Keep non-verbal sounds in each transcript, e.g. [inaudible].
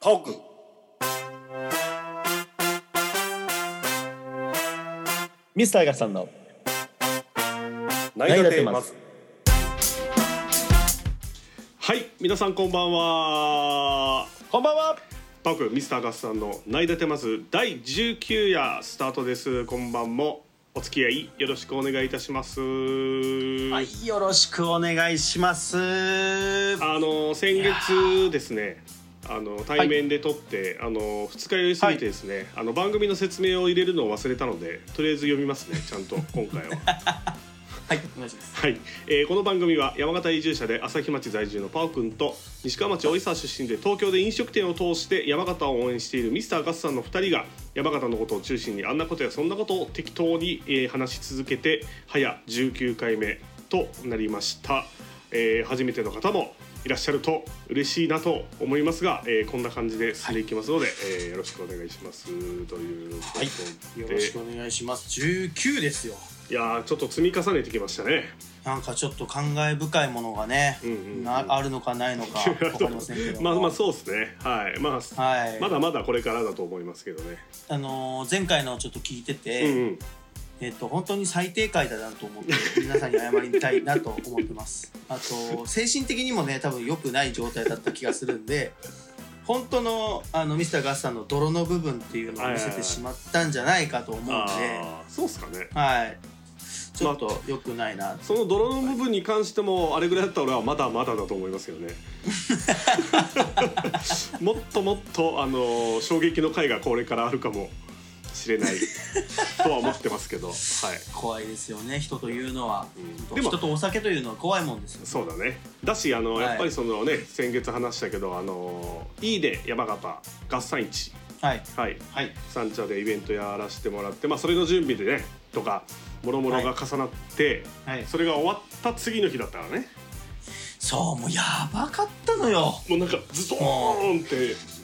トークミスターガさんの何ががテテーーママはい皆さんこんばんはこんばんはパオクミスターガスさんの内立てます第19夜スタートですこんばんもお付き合いよろしくお願いいたします、はい、よろしくお願いします。はあの先月ですねあの対面で撮って、あの二日酔いすぎてですね、あの番組の説明を入れるのを忘れたのでとりあえず読みますねちゃんと今回は。い、お願いします。はい、えーこの番組は山形移住者で朝日町在住のパオくんと西川町大井沢出身で東京で飲食店を通して山形を応援しているミスターガスさんの2人が山形のことを中心にあんなことやそんなことを適当に、えー話し続けて早19回目となりました、えー初めての方もいらっしゃると嬉しいなと思いますが、えーこんな感じで進んでいきますので、えーよろしくお願いしますということよで、ろいしくお願いします。19ですよ。やーちょっと積み重ねてきましたねなんかちょっと感慨深いものがね、うんうんうんなあるのかないのかわかりませんけど。 [laughs] まあまあそうですねはいまあ、はい。まだまだこれからだと思いますけどね、あのー前回のちょっと聞いてて、うんうんえっと本当に最低回だなと思って皆さんに謝りたいなと思ってます。あと精神的にもね多分良くない状態だった気がするんで。本当のあのミスターガスさんの泥の部分っていうのを見せてしまったんじゃないかと思うんで、ああそうっすかねはい。ちょっと良くないな。その泥の部分に関してもあれぐらいだったら俺はまだまだだと思いますけど [laughs] ねもっともっとあのー衝撃の回がこれからあるかもしれないとは思ってますけどはい怖いですよね。人というのはうん。本で当も人とお酒というのは怖いもんですよ。そうだねだしあの、はいやっぱりそのね先月話したけどあのーいいね山形合算市はい。はいはい。三茶でイベントやらせてもらって、まあ、それの準備でねとかもろもろが重なって、はい。それが終わった次の日だったからねそう、もうやばかったのよ。もうなんかズドーンって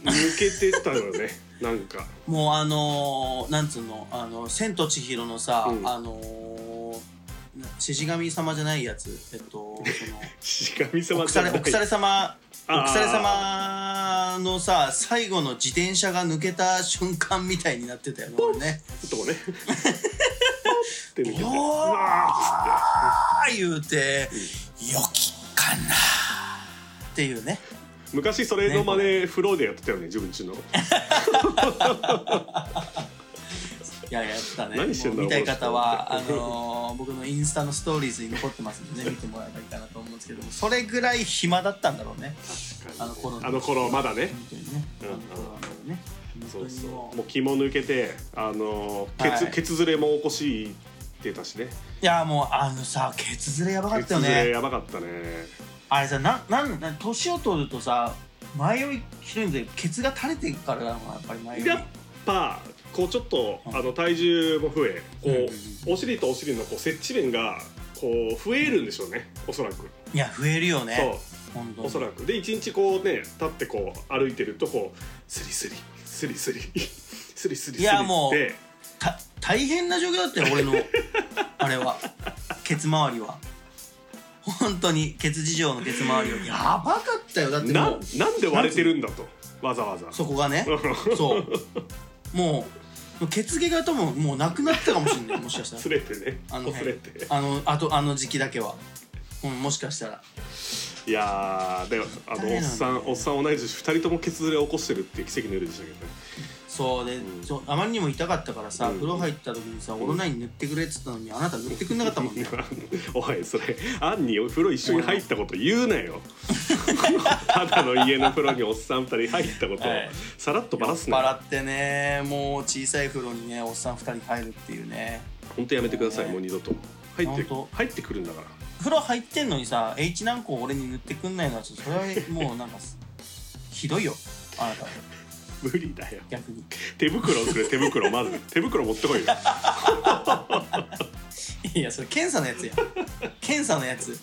抜けてったよ [laughs] ねなんかもうあのー、なんつうの、あの、千と千尋のさ、うんあのー、な獅子神様じゃないやつ。えっ [laughs] と、死神その、様おじゃないれ、お腐れ [laughs] 様、おあー腐れ様のさ、最後の自転車が抜けた瞬間みたいになってたよね、俺ね。とこねって抜けてよーうわあー言うて、よきかなっていうね。ーっつって昔それの真似フローでやってたよね自分ちのいや、やったね。何してんだもろうう見たい方は、こあの人のー僕のインスタのストーリーズに残ってますんでね、見てもらえばいいかなと思うんですけども、それぐらい暇だったんだろうね。あの頃あの頃まだね本当にね。あうんの頃はね。そ本う当にそうもうもう気も抜けてあのケツ、はいケツズレも起こしてたしねいや、もう、あのさ、ケツズレやばかケったツよズレね。やばかったねあれさ、なん、なん、なん年を取るとさ、前よりひどいんで、ケツが垂れていくからなのかな、やっぱり前より。やっぱこうちょっと、うんあの体重も増えこう、うんうんお尻とお尻のこう接地面がこう増えるんでしょうねおそらく、いや、増えるよね。そ本当うおにそらくで一日こうね立ってこう歩いてるとこうスリスリスリスリ [laughs] スリスリスリいやもうってた大変な状況だったよ [laughs] 俺のあれはケツ周りは本当にケツ事情のケツ周りはやばかったよだってもなうなんで割れてるんだとわざわざそこがねそうもうケツ毛がとももうなくなったかもしれないもしかした擦られてねあの擦辺れてあのあとあの時期だけは、うん、もしかしたらいやーであ誰のなおっんださんおっさん同い年2人とも血ずれを起こしてるっていう奇跡の夜でしたけどねそうで、うんそうあまりにも痛かったからさ、うん風呂入った時にさオロナイン塗ってくれっつったのにあなた塗ってくんなかったもんね [laughs] おいそれアンにお風呂一緒に入ったこと言うなよ [laughs] ただの家の風呂におっさん二人入ったことをはいさらっとばらすな笑よってねもう小さい風呂にねおっさん2人入るっていうね本当やめてくださいもう二度と入って本入ってくるんだから風呂入ってんのにさ H 軟膏俺に塗ってくんないのはちょっとそれはもうなんかひどいよあなたは無理だよ逆に [laughs] 手袋をくれ手袋まず手袋持ってこいよいやそれ検査のや [laughs] つや検査のやつ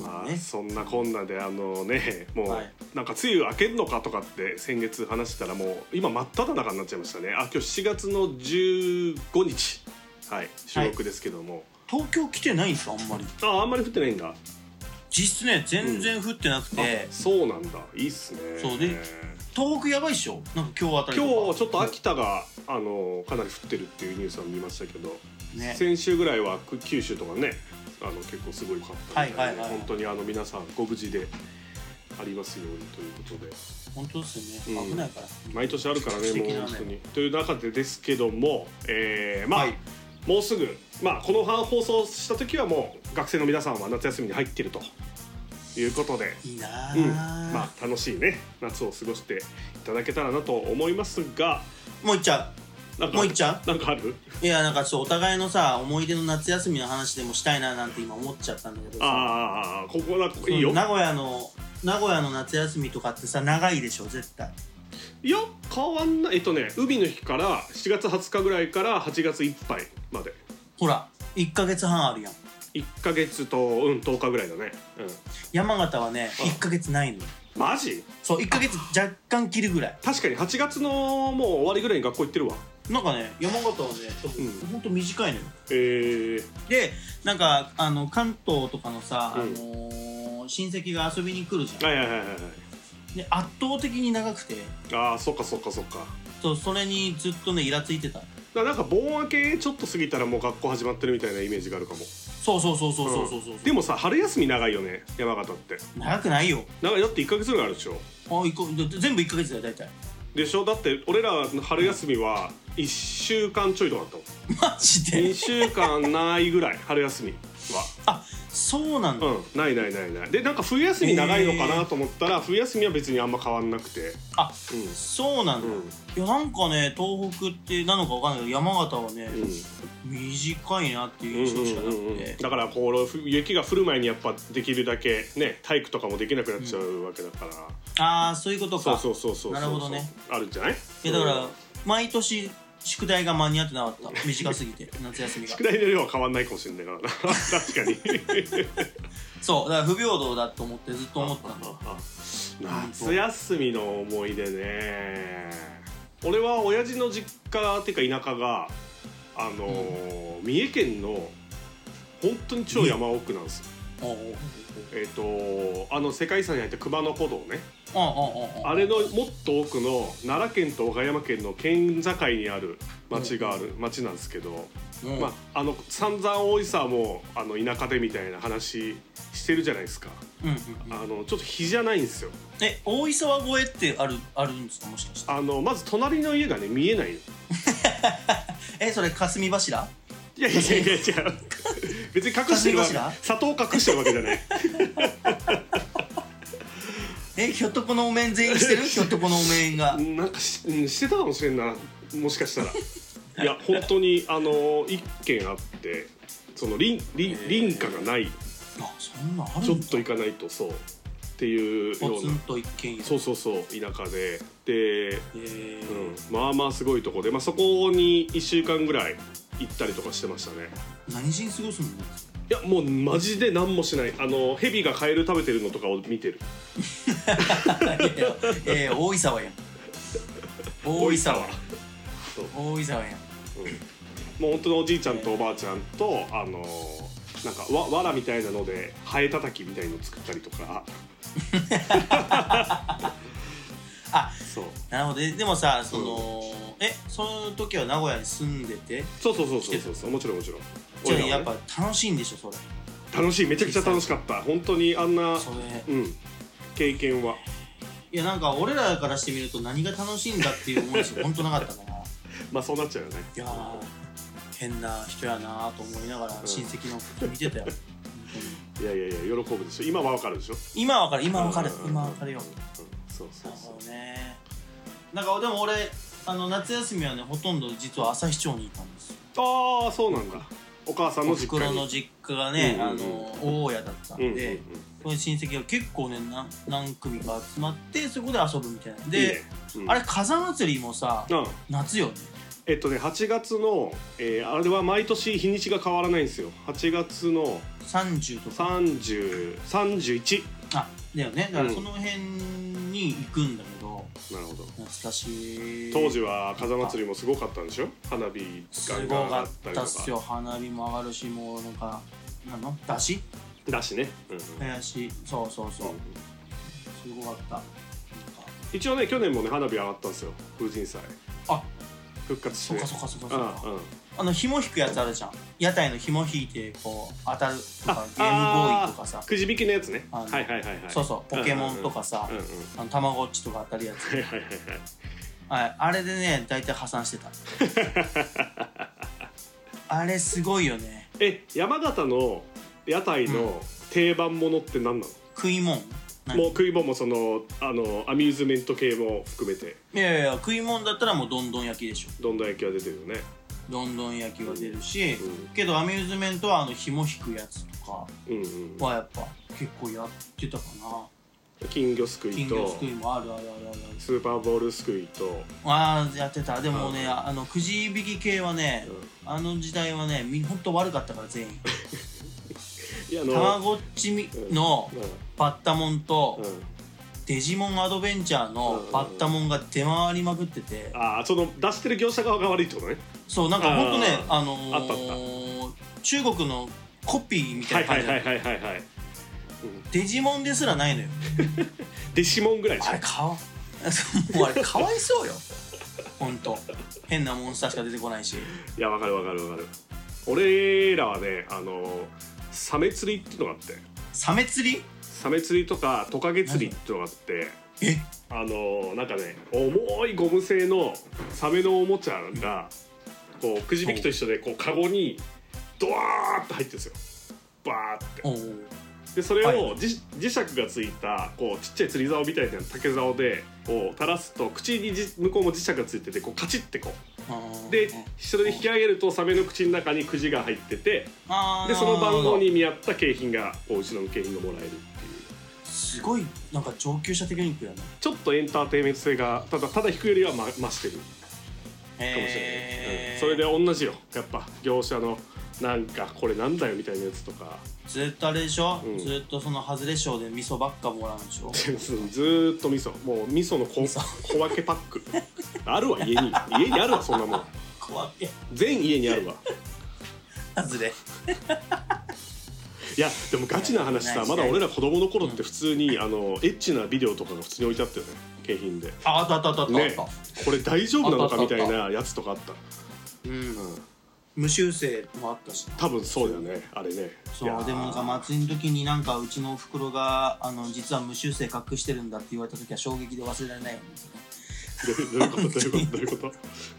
まあねそんなこんなであのねもう、はいなんか梅雨明けんのかとかって先月話したらもう今真っ只中になっちゃいましたねあ今日7月の15日はい収録ですけども、東京来てないんですかあんまりああんまり降ってないんだ実質ね全然降ってなくてあ、そうなんだいいっすねそうで東北やばいっしょなんか今日あたり今とか日ちょっと秋田が、あのかなり降ってるっていうニュースは見ましたけど、ね先週ぐらいはく九州とかねあの結構すごいかったみたはいはいいではい本当にあの皆さんご無事でありますようにということで本当ですようねん危ないから、毎年あるからね素もう敵なね本当に。という中でですけども、えーまあ、はいもうすぐ、まあ、この放送した時はもう学生の皆さんは夏休みに入っているということで。いいなあ、うんまあ、楽しいね夏を過ごしていただけたらなと思いますがもういっちゃなんうかもういっちゃなんかあるういやなんかちょっとお互いのさ思い出の夏休みの話でもしたいななんて今思っちゃったんだけどさああここなんかいいそよの名古屋の名古屋の夏休みとかってさ長いでしょ絶対いや変わんないえっとね海の日から7月20日ぐらいから8月いっぱいまでほら1ヶ月半あるやん1か月とうん10日ぐらいだねう山形はねあ1ヶ月ないのよんマジそう1ヶ月若干切るぐらい確かに8月のもう終わりぐらいに学校行ってるわなんかね山形はね多分うんほんと短いのよええでなんかあの関東とかのさ、うんあのー親戚が遊びに来るじゃんはいはいはいはいはいで圧倒的に長くてああそっかそっかそっかそうそれにずっとねイラついてただなんか盆明けちょっと過ぎたらもう学校始まってるみたいなイメージがあるかもそうそうそうそうそうそうそう、んでもさ春休み長いよね山形って長くないよ長いだって1か月ぐらいあるでしょあ一個だって全部1ヶ月だよ大体 [laughs] でしょだって俺らの春休みは1週間ちょいとかだったもんマジで2週間ないぐらい春休みはあそうなんだ、うんないないないないでなんか冬休み長いのかなと思ったら冬休みは別にあんま変わんなくてあうんそうなんだ、うんいやなんかね東北ってなのかわかんないけど山形はねう、ん短いなってういんうう印象しかなくて、んうんだからこうふ雪が降る前にやっぱできるだけね体育とかもできなくなっちゃうわけだから、ああそういうことかそうそうそうそうそうなるほどねあるんじゃないいやだかうらん毎年宿題が間に合ってなかった短すぎ [laughs] て夏休みが宿題の量は変わんないかもしれないからな [laughs] 確かに [laughs] そうだから不平等だと思ってずっと思ってたんだ夏休みの思い出ね俺は親父の実家っていうか田舎があのー三重県の本当に超山奥なんですよ、おうおうえっ、とあの世界遺産に入った熊野古道ねおうおうおうおうあれのもっと奥の奈良県と和歌山県の県境にある町がある町なんですけど、うんまあ、あの散々大井さもあの田舎でみたいな話してるじゃないですかうんうんうんあのちょっと日じゃないんですよえ大磯は越えってあるあるんですかもしかしてあのまず隣の家がね見えないのえそれ霞柱いやいやいやいや違う別に隠してるわ [laughs] け霞柱砂糖隠してるわけじゃないえひょっとこのお面全員して [laughs] るひょっとこのお面がなんかし,、うん、してたかもしれんなもしかしたらいや本当にあの一軒あってその林林林家がないあそんなんあるんだちょっと行かないとそうっていうよポうツなンと一軒家そうそうそう田舎ででえーうん、まあまあすごいとこで、まあ、そこに1週間ぐらい行ったりとかしてましたね何しに過ごすの [laughs] いやもうマジで何もしないあのヘビがカエル食べてるのとかを見てるえー、大井沢やん大井沢大井沢やんもう本当のおじいちゃんとおばあちゃんとあのなんかわわらみたいなのでハエたたきみたいの作ったりとかあそうなるほどででもさその、えその時は名古屋に住んでてそうそうそうそうそうそうもちろんもちろんじゃあ俺らやはっねぱ楽しいんでしょそれ楽しいめちゃくちゃ楽しかった本当にあんなそれうん経験はいやなんか俺らからしてみると何が楽しいんだっていう思いしか本当なかったないまあそうなっちゃうよねやー変な人やなと思いながら親戚のこと見てたよ、本当にいやいやいや喜ぶでしょ今はわかるでしょ今わかる今わかるうんうんうん今わかるようんそうそなうるそほどねなんかでも俺あの夏休みはねほとんど実は朝日町にいたんですようああそうなんだお母さんおのふ実く家ろにの実家がね、うんうんうんあの大家だったんで、うんうんうんそういう親戚が結構ねな何組か集まってそこで遊ぶみたいなんでいいねうんあれ火山祭りもさうん夏よねえっとね8月の、えーあれは毎年日にちが変わらないんですよ8月の30とか3031あだよねだからうんその辺に行くんだけどなるほど懐かしい当時は風祭りもすごかったんでしょ花火すがごかったっすよ花火も上がるしもうなんかなんの出汁だしね、うんうん林そうそうそうすごかったなんか一応ね去年もね花火上がったんですよ風神祭あ復活しそってねかそっかそっかそっかうんうんあの紐引くやつあるじゃん屋台の紐引いてこう当たるとかあゲームボーイとかさくじ引きのやつねあはのいはいはいはいそうそうポケモンとかさうんうんうんうんあのたまごっちとか当たるやつはいはいはいはいあれでね大体破産して [laughs] たはいあれすごいよねえ山形の屋台の定番ものって何なの、食いもん何もう食い物もそのあのアミューズメント系も含めていやいやいや食いもんだったらもうどんどん焼きでしょどんどん焼きは出てるよね、どんどん焼きは出るし、うけどアミューズメントはあの紐引くやつとかん、うんうんはやっぱ結構やってたか金魚すくな金い魚とすくいもあるあるあるあるスーパーボールすくいと、あーやってたでもね、うんあのくじ引き系はね、あの時代はねみほんと悪かったから全員いやあたまごっちみのバッタモンとうんうんデジモンアドベンチャーのバッタモンが出回りまくっててああその出してる業者側が悪いってことねそうなんかほんとねああのあったあったー中国のコピーみたはいいな感はいじだはっいたはいはいはいデジモンですらないのよデシモンぐらいでしあれかわ [laughs] もうあれかわいそうよほんと変なモンスターしか出てこないしょいやわかるわかるわかる俺らはねあのサメ釣りっていうのがあってサメ釣りサメ釣りとかトカゲ釣りっていうのがあってえあのなんかね重いゴム製のサメのおもちゃがこうくじ引きと一緒でこうカゴにドワーッと入ってるんですよバーっておうでそれはをじ磁石がついたこうちっちゃい釣り竿みたいな竹竿でこう垂らすと口にじ向こうも磁石がついててこうカチッてこうでそれで引き上げるとサメの口の中にくじが入っててでその番号に見合った景品がこううちの景品がもらえるっていうすごいなんか上級者テクニックやなちょっとエンターテインメント性がただただ引くよりはま増してるかもしれない、へーうんそれで同じよやっぱ業者のなんかこれなんだよみたいなやつとか [laughs] ずっとあれでしょ、うんずっとそのハズレ賞で味噌ばっかもらうんでしょずーっと味噌もう味噌の小味噌小分けパック [laughs] あるわ家に家にあるわそんなもん怖い全家にあるわハズレいやでもガチな話ない [laughs] さですまねだ俺ら子供の頃って普通に、あのエッチなビデオとかが普通に置いてあったよね景品でああったあったあったあった、ねこれ大丈夫なのかあっみたたあったいなやつとかあった、うんうん、無修正もあったしな多分そうだよねあれねそいやーうでもなんか祭りの時になんかうちのおふくろがあの実は無修正隠してるんだって言われた時は衝撃で忘れられないよねどういうことどういうことどういうこ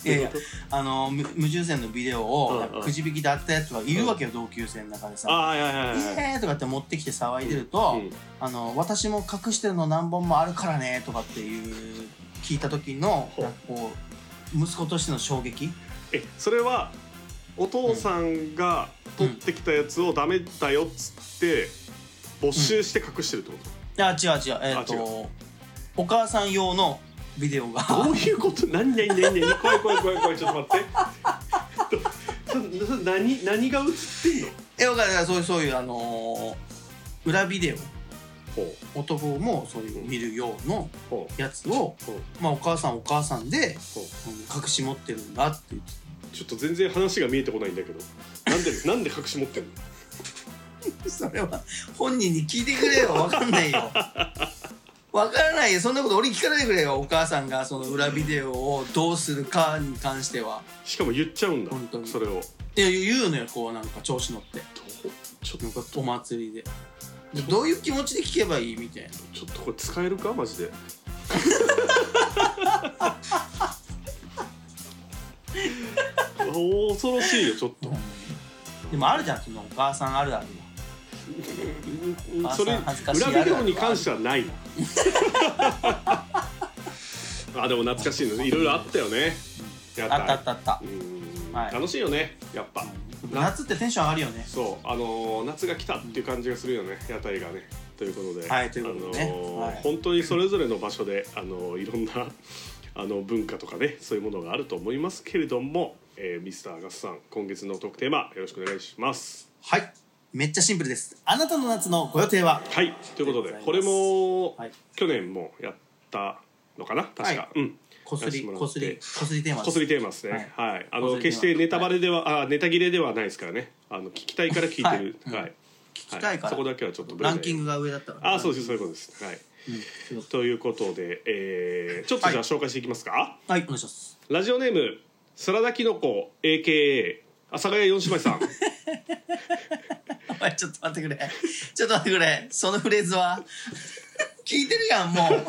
といやいやあの無無修正のビデオをうんうんくじ引きで当てたやつがいるわけよ、同級生の中でさああいや「いやいやいやえー!」とかって持ってきて騒いでると、うんあの「私も隠してるの何本もあるからね」とかっていう聞いた時のほうなんかこう息子としての衝撃えそれはお父さんが取ってきたやつをダメだよっつって没収して隠してるってこあ違う違うえっ、あ違とお母さん用のビデオがと、どういうこと何何何何怖い怖い怖い怖いちょっと待 [laughs] ってどそそ何何が映ってんの絵をがそういうそういうあのー裏ビデほオ男もそういう見る用のうほうやつを、ほうまあ、お母さんお母さんでほううん隠し持ってるんだって言ってちょっと全然話が見えてこないんだけどなんでなんで隠し持ってんのそれは本人に聞いてくれよ分かんない [laughs] よ分からないよそんなこと俺に聞かないでくれよお母さんがその裏ビデオをどうするかに関してはしかも言っちゃうんだ本当にそれをって言うのよこうなんか調子乗ってどうちょっなんかお祭りででどういう気持ちで聞けばいいみたいなちょっとこれ使えるかマジで [laughs] お恐ろしいよちょっとでもあるじゃんそのお母さんあるある [laughs] それ恥ずかしい裏ビデオに関してはないな [laughs] あでも懐かしいのいろいろあったよねやあったあったあったうんはい楽しいよねやっぱ夏ってテンション上がるよねそうあのー夏が来たっていう感じがするよね屋台がねということで、はいということでねあのはーい本当にそれぞれの場所であのーいろんなあの文化とかねそういうものがあると思いますけれども、えー、ミスターガスさん今月のトークテーマよろしくお願いします。はいめっちゃシンプルですあなたの夏のご予定ははいということでありがとこうございまれすも、はい去年もやったのかな確か、はいうんこすりやらせてもらってこすりこすりテーマこすりテーマですね。はい、あこすりテーのマ決してネタバレでは、あネタ切れではないですからね。あの聞きたいから聞いてる。はいはい。聞きたいかそら、こだけはちょっとブレラないンキングが上だったからあそうですそういうことですはいうんということで、えーちょっとじゃはあい紹介していきますか、はいお願いしますラジオネームサラダキノコ AKA 阿佐ヶ谷四姉妹さ [laughs] んお前ちょっと待ってくれちょっと待ってくれそのフレーズは聞いてるやんもう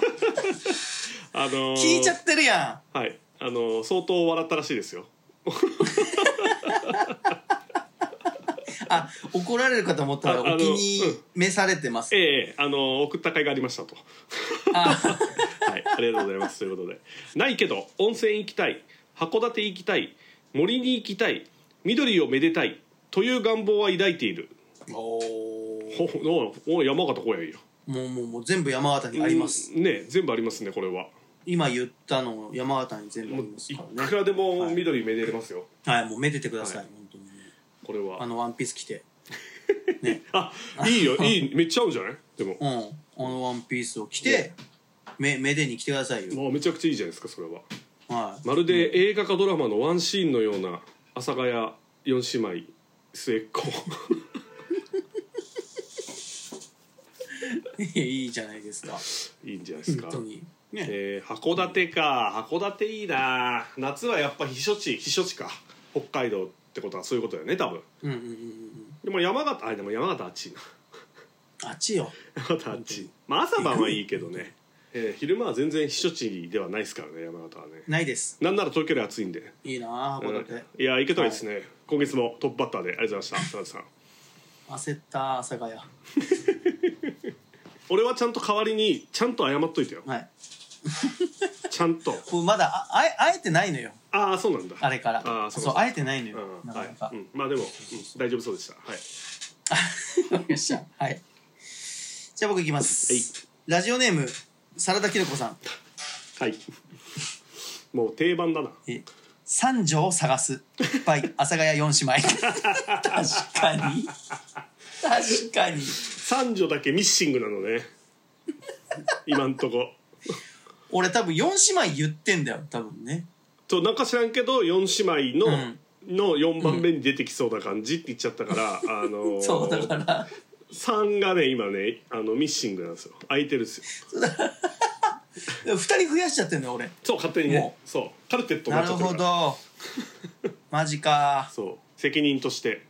あのー聞いちゃってるやはいあのー相当笑ったらしいですよんあ怒られるかと思ったらああのお気に召されてますええあのー送った甲斐がありましたとあはいありがとうございますということでないけど温泉行きたい函館行きたい森に行きたい緑をめでたいという願望は抱いているおほおお山形公園やもうもうもう全部山形にあります、うんね全部ありますねこれは今言ったの山形に全部あもうりますいからくねらでも緑めでれますよ、はいもうめでてください、はい本当にこれあはのワンピース着てあいいよいいめっちゃ合うんじゃないでもうんあのワンピースを着てめめでに来てくださいよもうめちゃくちゃいいじゃないですかそれははいまるで映画かドラマのワンシーンのような阿佐ヶ谷四姉妹末っ [laughs] 子いや [laughs] いいじゃないですかいいんじゃないですか本当にねえー函館か函館いいな夏はやっぱ避暑地避暑地か北海道ってことはそういうことだよね多分うんうんうんうんでも山形あでも山形あっちいなあっちよ山形あっちまあ朝晩はいいけどね、えー昼間は全然避暑地ではないですからね山形はねないですなんなら東京より暑いんでいいなあ函館いやいけたらいいですね、今月もトップバッターでありがとうございました田中さん焦った阿佐ヶ谷俺はちゃんと代わりにちゃんと謝っといてよはいちゃんとこうまだああえ会えてないのよああそうなんだあれからあーそうそうか会えてないのうよんなはかないか、うん、まあでも、うん大丈夫そうでしたは [laughs] いよっしゃはいじゃあ僕いきます、はいラジオネームサラダキノコさんはい [laughs] もう定番だなえ三女を探すいっぱ [laughs] い阿佐ヶ谷四姉妹確かに確かに三女だけミッシングな [laughs] のね今んとこ俺多分四姉妹言ってんだよ多分ねとなんか知らんけど4姉妹の、うんの4番目に出てきそうな感じって言っちゃったから、あのー、 [laughs] そうだから3がね今ねあのミッシングなんですよ空いてるんです二よ人増やしちゃってんのよ俺そう勝手にねもそうカルテットにななっるちゃってほるからどマジかそう責任として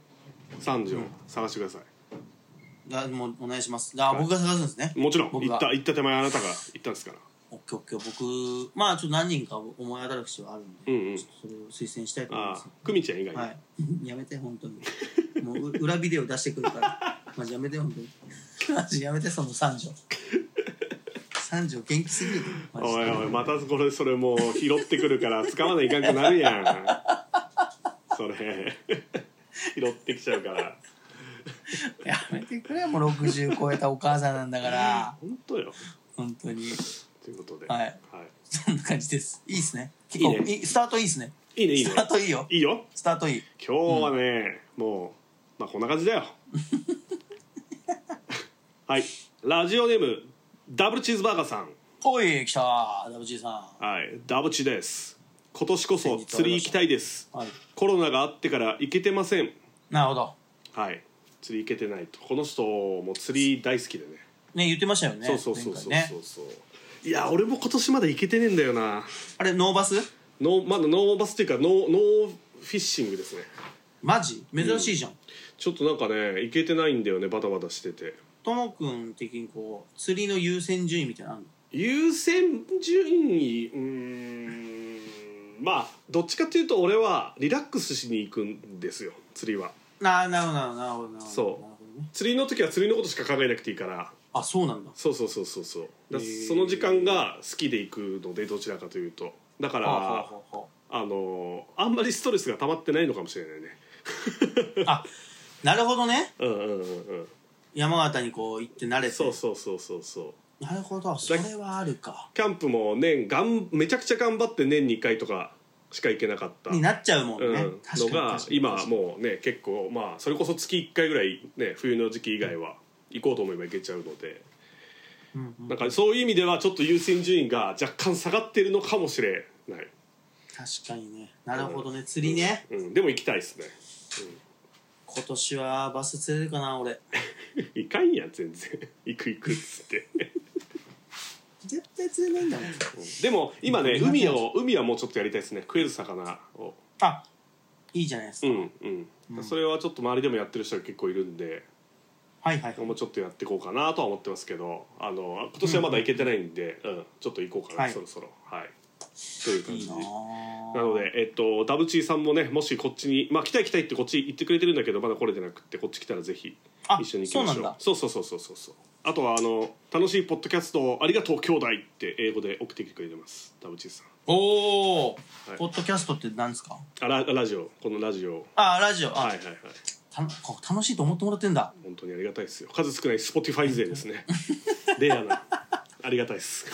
三女を探してください、あもうお願いしますあ僕が探すんですねもちろん僕行がった行った手前あなたが行ったんですからオッケーオッケー僕まあちょっと何人か思い当たる節はあるんで、うんうんちょっとそれを推薦したいと思いあますあ久美ちゃん以外に、はい [laughs] やめて本当にもうう裏ビデオ出してくる [laughs] からマジやめて本当にマジやめてその三条三条元気すぎるマジおいでおいまたこれそれもう拾ってくるから使わないかん [laughs] くなるやんそれ [laughs] 拾ってきちゃうからやめてくれもう60超えたお母さんなんだから本当よ本当にということでははいい、そんな感じですいいですねいいね結構いいスタートいいですねい、いねいいねスタートいいよいいよスタートいい今日はね、もうまあこんな感 [laughs] じだよはいラジオネームダブルチーズバーガーさんおい来たダブジーさんはいダブチです今年こそ釣り行きたいですはいコロナがあってから行けてませんなるほどはい釣り行けてないとこの人も釣り大好きでねね言ってましたよねそうそうそうそう前回そねうそう、いや俺も今年まだ行けてねえんだよなあれノーバスノーまだノーバスっていうかノーノーフィッシングですねマジ珍しいじゃんちょっとなんかね行けてないんだよねバタバタしててともくん的にこう釣りの優先順位みたいなのあんの優先順位うーんまあどっちかというと俺はリラックスしに行くんですよ釣りはなあなるほどなるほどなるほどなるほどそうなるほどね釣りの時は釣りのことしか考えなくていいからあそうなんだそうそうそうそうそうだへーその時間が好きで行くのでどちらかというとだからはあはあはあはあのーあんまりストレスが溜まってないのかもしれないねああなるほどねうんうんうんうん山形にこう行って慣れてそうそうそうそうそうなるほどそれはあるかキャンプも年がんめちゃくちゃ頑張って年に1回とかしか行けなかったになっちゃうもんね、うん、の確かにが確かに今もうね結構まあそれこそ月1回ぐらいね冬の時期以外は行こうと思えば行けちゃうので、うんうんなんかそういう意味ではちょっと優先順位が若干下がってるのかもしれない、確かにねなるほどね釣りね、 [laughs] うん、でも行きたいですね今年はバス釣れるかな俺いかんやん全然 [laughs] 行く行くっつって絶対釣れないんだもんでも今ねうん海を海はもうちょっとやりたいですね食える魚をあいいじゃないですうか、んうん、うんそれはちょっと周りでもやってる人が結構いるんではいはいもうちょっとやっていこうかなとは思ってますけどあの今年はまだ行けてないんで、うんちょっと行こうかな、はいそろそろはいという感いじいなあなので、えっと、ダブチーさんもねもしこっちに、まあ、来たい来たいってこっち行ってくれてるんだけどまだ来れてなくってこっち来たらぜひあ一緒に行きそうましょなうんだそうそうそうそうそうそうあとはあの「楽しいポッドキャストをありがとう兄弟」って英語で送ってきてくれてますダブチーさんおお、はいポッドキャストって何ですかあララジオこのラジオあラジオあ、はいはいはいたこ楽しいと思ってもらってんだ本当にありがたいですよ数少ない Spotify 勢です [laughs] ねレアなありがたいです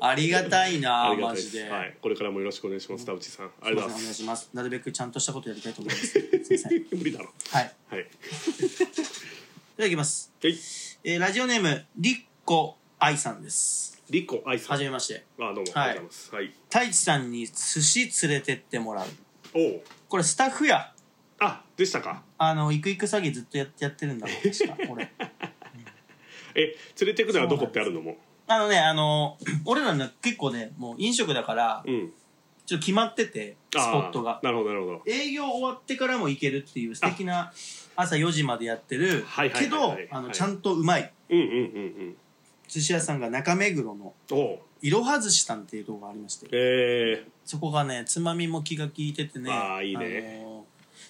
ありがたいな [laughs] あありがマたいでジすで、はいこれからもよろしくお願いしますダブチーさんあすいりまがせんとうお願ごいざいますしますなるべくちゃんとしたことやりたいと思いますすいませんはいい無理だろはいただきます、はいえ [laughs] ーラジオネームりっこあいさんですリコアイさんはあじめましてどうもありがとうございますはい太一さんに寿司連れてってもらうおおうこれスタッフやあでしたかあの行く行く詐欺ずっとやってやってるんだもん確か俺え連れてくならどこってあるのもあのねあの [clears throat] 俺らね結構ねもう飲食だからうんちょっと決まっててスポあーットがなるほどなるほど営業終わってからも行けるっていう素敵な朝4時までやってるはいはいけはいどはいあのはいちゃんとうまいうんうんうん寿司屋さんが中目黒のうんおういろは寿司さんっていうとこがありましてえそこがねつまみも気が利いててねあーいいねあのー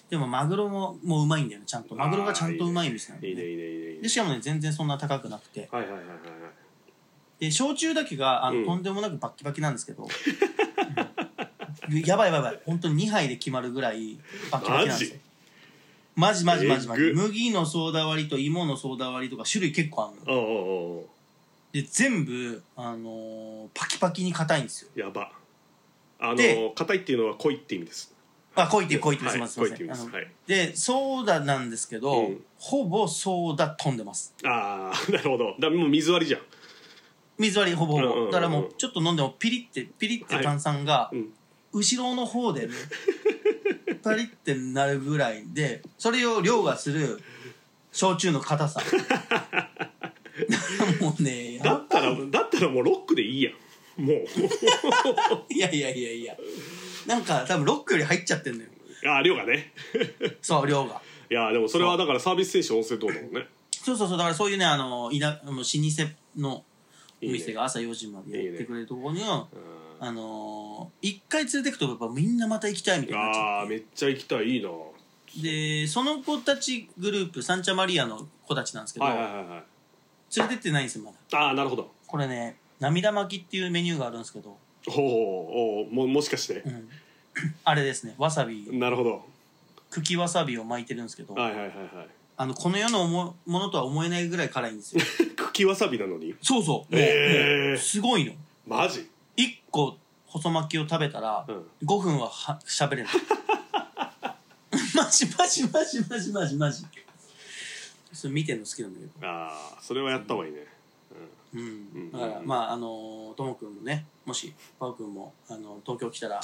でもマグロももううまいんだよねちゃんとマグロがちゃんとうまい店なんー、で,、いいねいいねいいねいいでねしかもね全然そんな高くなくてはいはいはいはいはいで焼酎だけがあの、うんとんでもなくバッキバキなんです [laughs] けど、うんやばいやばいやばい本当に2杯で決まるぐらいバッキバキなんですよマジマジマジマジえぐ麦のソーダ割りと芋のソーダ割りとか種類結構あるのよおうおうおうおで全部、あのーパキパキに硬いんですようやばあでの硬いっていうのは濃いって意味ですあ濃いっていう濃いっていうはすいいません濃すいってい意ま味せでんあのですはいソーダなんですけど、うんほぼソーダ飛んでますああ [laughs] なるほどだもう水割りじゃん水割りほぼほぼ、うんうんうんだからもうちょっと飲んでもピリってピリって炭酸が、いうん後ろの方 [laughs] でねパリってなるぐらいでそれを凌駕する焼酎の硬 [laughs] さもうねだったらだったらもうロックでいいやん [laughs] もういやいやいやいやなんか多分ロックより入っちゃってんのよああ量がねそう量がいやでもそれはだからサービス精神旺盛ってことだもんねそうそうそうだからそういうねあのいなもう老舗のお店が朝4時までいいやねってくれるところにはうんあのー一回連れてくとやっぱみんなまた行きたいみたいになっちゃってああめっちゃ行きたいいいなはでその子たちグループサンチャマリアの子たちなんですけど、いはいはいはい連れてってないんですよまだああなるほどこれね涙巻きっていうメニューがあるんですけど、ほうほうほうももしかしてう、ん [clears throat] あれですねわさびなるほど茎わさびを巻いてるんですけどはいはいはい [laughs] はあのこの世のもものとは思えないぐらい辛いんですよい茎わさびなのにそうそうもう、ええー、すごいのマジ、 1個細巻きを食べたらうん、 5分はは喋れない [laughs] マジマジマジマジマジマジそれ見てるの好きなんだけどああそれはやった方がいいねうんんだから、まああのともくんもねもしパオくんもあの東京来たら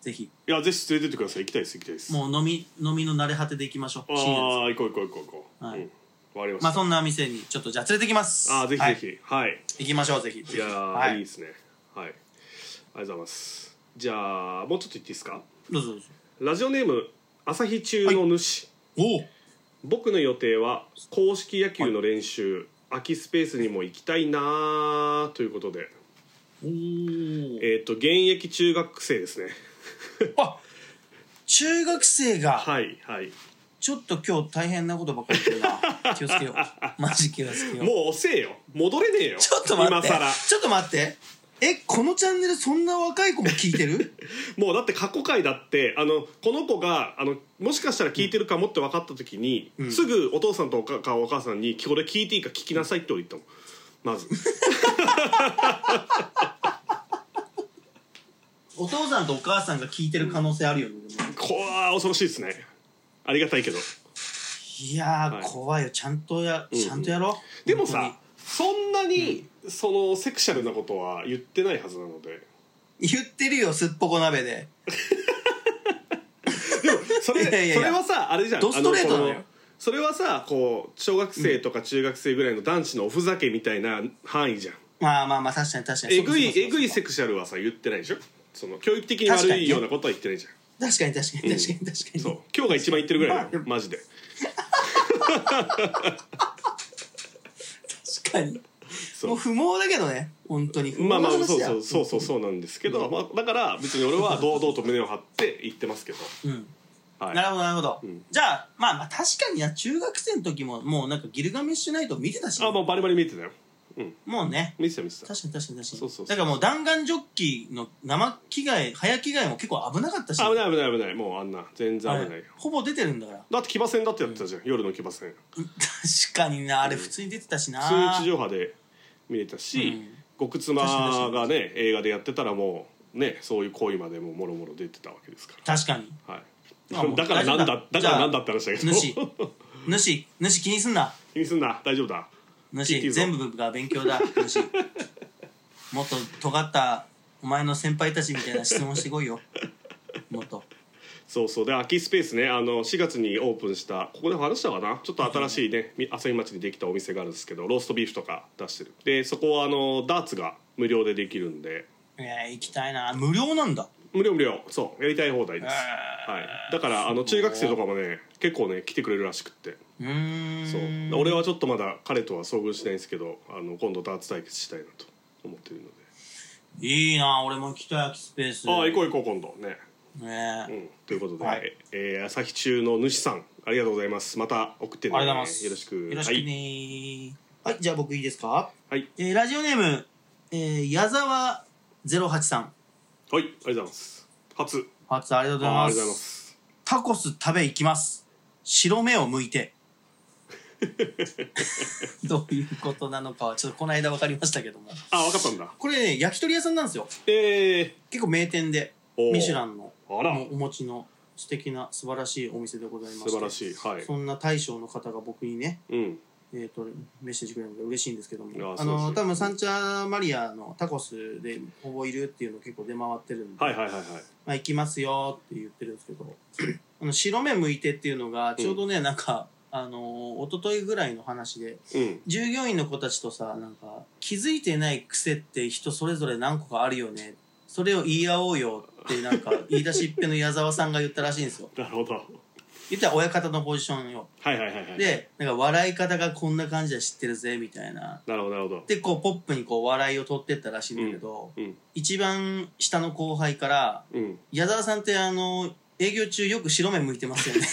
ぜひいやぜひ連れてってください行きたいです行きたいですもう飲み飲みの慣れ果てで行きましょあう深夜ですあ行こう行こう行こう行こう、はいうん、終わかりましまあた、そんな店にちょっとじゃあ連れてきますああぜひぜひはい、い、ひ行きましょうぜひやー、、はいいいですねはいありがとうございますじゃあもうちょっと言っていいですかどうぞどうぞラジオネーム朝日中の主、お僕の予定は公式野球の練習、空きスペースにも行きたいなーということでおえっ、と現役中学生ですねあ中学生がはいはいちょっと今日大変なことばっかり言ってる [laughs] な気をつけようマジ気をつけようもう遅えよ戻れねえよちょっと待って今更ちょっと待ってえこのチャンネルそんな若い子も聞いてるもうだって過去回だってあのこの子があのもしかしたら聞いてるかもって分かった時に、んすぐお父さんとおかお母さんに「これ聞いていいか聞きなさい」って俺言ったもんま [laughs] ず [laughs] お父さんとお母さんが聞いてる可能性あるよね、でもこわー恐ろしいですねありがたいけどいやー、はい怖いよちゃんとやうんうんちゃんとやろう、でも本さそんなに、そのセクシャルなことは言ってないはずなので当に言ってるよすっぽこ鍋ででもそれいやいやいやそれはさあれじゃんドストレートなのよあこそれはさこう小学生とか中学生ぐらいの男子のおふざけみたいな範囲じゃん、まあまあまあ確かに確かにえぐそうそうそういそうえぐいセクシャルはさ言ってないでしょその教育的に悪確かにねいようなことは言ってないじゃん確かに確かに確かに確かに、そう今日が一番言ってるぐらいだよマジで確かにそうもう不毛だけどね本当に不毛まあまあなそう話だよそうそうそうそうなんですけど、まあ、だから別に俺は堂々と胸を張って言ってますけど、うんはい、なるほどなるほど、うんじゃあまあまあ確かにな中学生の時ももうなんかギルガメッシュナイト見てたしね、あもうバリバリ見てたよもうね見てた見てた確かに確かに確かにそうそうそうだからもう弾丸ジョッキーの生着替え早着替えも結構危なかったしね、危ない危ない危ないもうあんな全然あ危ないれよほぼ出てるんだからだって騎馬戦だってやってたじゃん、夜の騎馬戦確かになあれ普通に出てたしな、普通に地上波で見れたし、うん極妻がね映画でやってたらもうねそういう行為までももろもろ出てたわけですか確かにら、はいあも、うだからなんだだ大丈夫だからなんだって話だけど主主主気にすんな [laughs] 気にすんな大丈夫だ聞い主てるぞ全部が勉強だ [laughs] 主もっと尖ったお前の先輩たちみたいな質問してこいよもっとそうそうで空きスペースねあの4月にオープンしたここで話したかなちょっと新しいねみ朝日町にできたお店があるんですけどローストビーフとか出してるでそこはあのダーツが無料でできるんでえー、行きたいな無料なんだ無料無料そうやりたい放題です、えーはい、だからあの中学生とかもね結構ね来てくれるらしくってうーんそう俺はちょっとまだ彼とは遭遇してないんですけどあの今度ダーツ対決したいなと思ってるので、いいな俺も行きたい空きスペースああ行こう行こう今度ねうねうえ、んということで、はいえー朝日中の主さんありがとうございますまた送ってねありがとうございますよろしくよろしくねはい、じゃあ僕いいですかはいえーラジオネーム、えー、矢沢08さんはい、ありがとうございます。初。初ありがとうございあまりがすとうございます。タコス食べ行きます白目を向い [laughs] てどういうことなのかはちょっとこの間分かりましたけどもあ、わかったんだ。これね焼き鳥屋さんなんですよええ結構名店でおーミシュランのあらもうお持ちの素敵な素晴らしいお店でございまして素晴らしい。はい。そんな大将の方が僕にね、うん。えー、とメッセージくれるので嬉しいんですけどいやもーあそうのですね多分サンチャマリアのタコスでほぼいるっていうの結構出回ってるんで、はいはいはいはい。まあ、行きますよって言ってるんですけ [laughs] どあの白目向いてっていうのがちょうどね、なんかあのー一昨日ぐらいの話でうん。従業員の子たちとさなんか気づいてない癖って人それぞれ何個かあるよねそれを言い合おうよってなん [laughs] か言い出しっぺの矢沢さんが言ったらしいんですよなるほど。言ったら親方のポジションよはいはいはいはい。でなんか笑い方がこんな感じで知ってるぜみたいななるほどなるほど。でこうポップにこう笑いを取ってったらしいんだけど、うん一番下の後輩からうん。矢沢さんってあの営業中よく白目向いてますよ [laughs] ね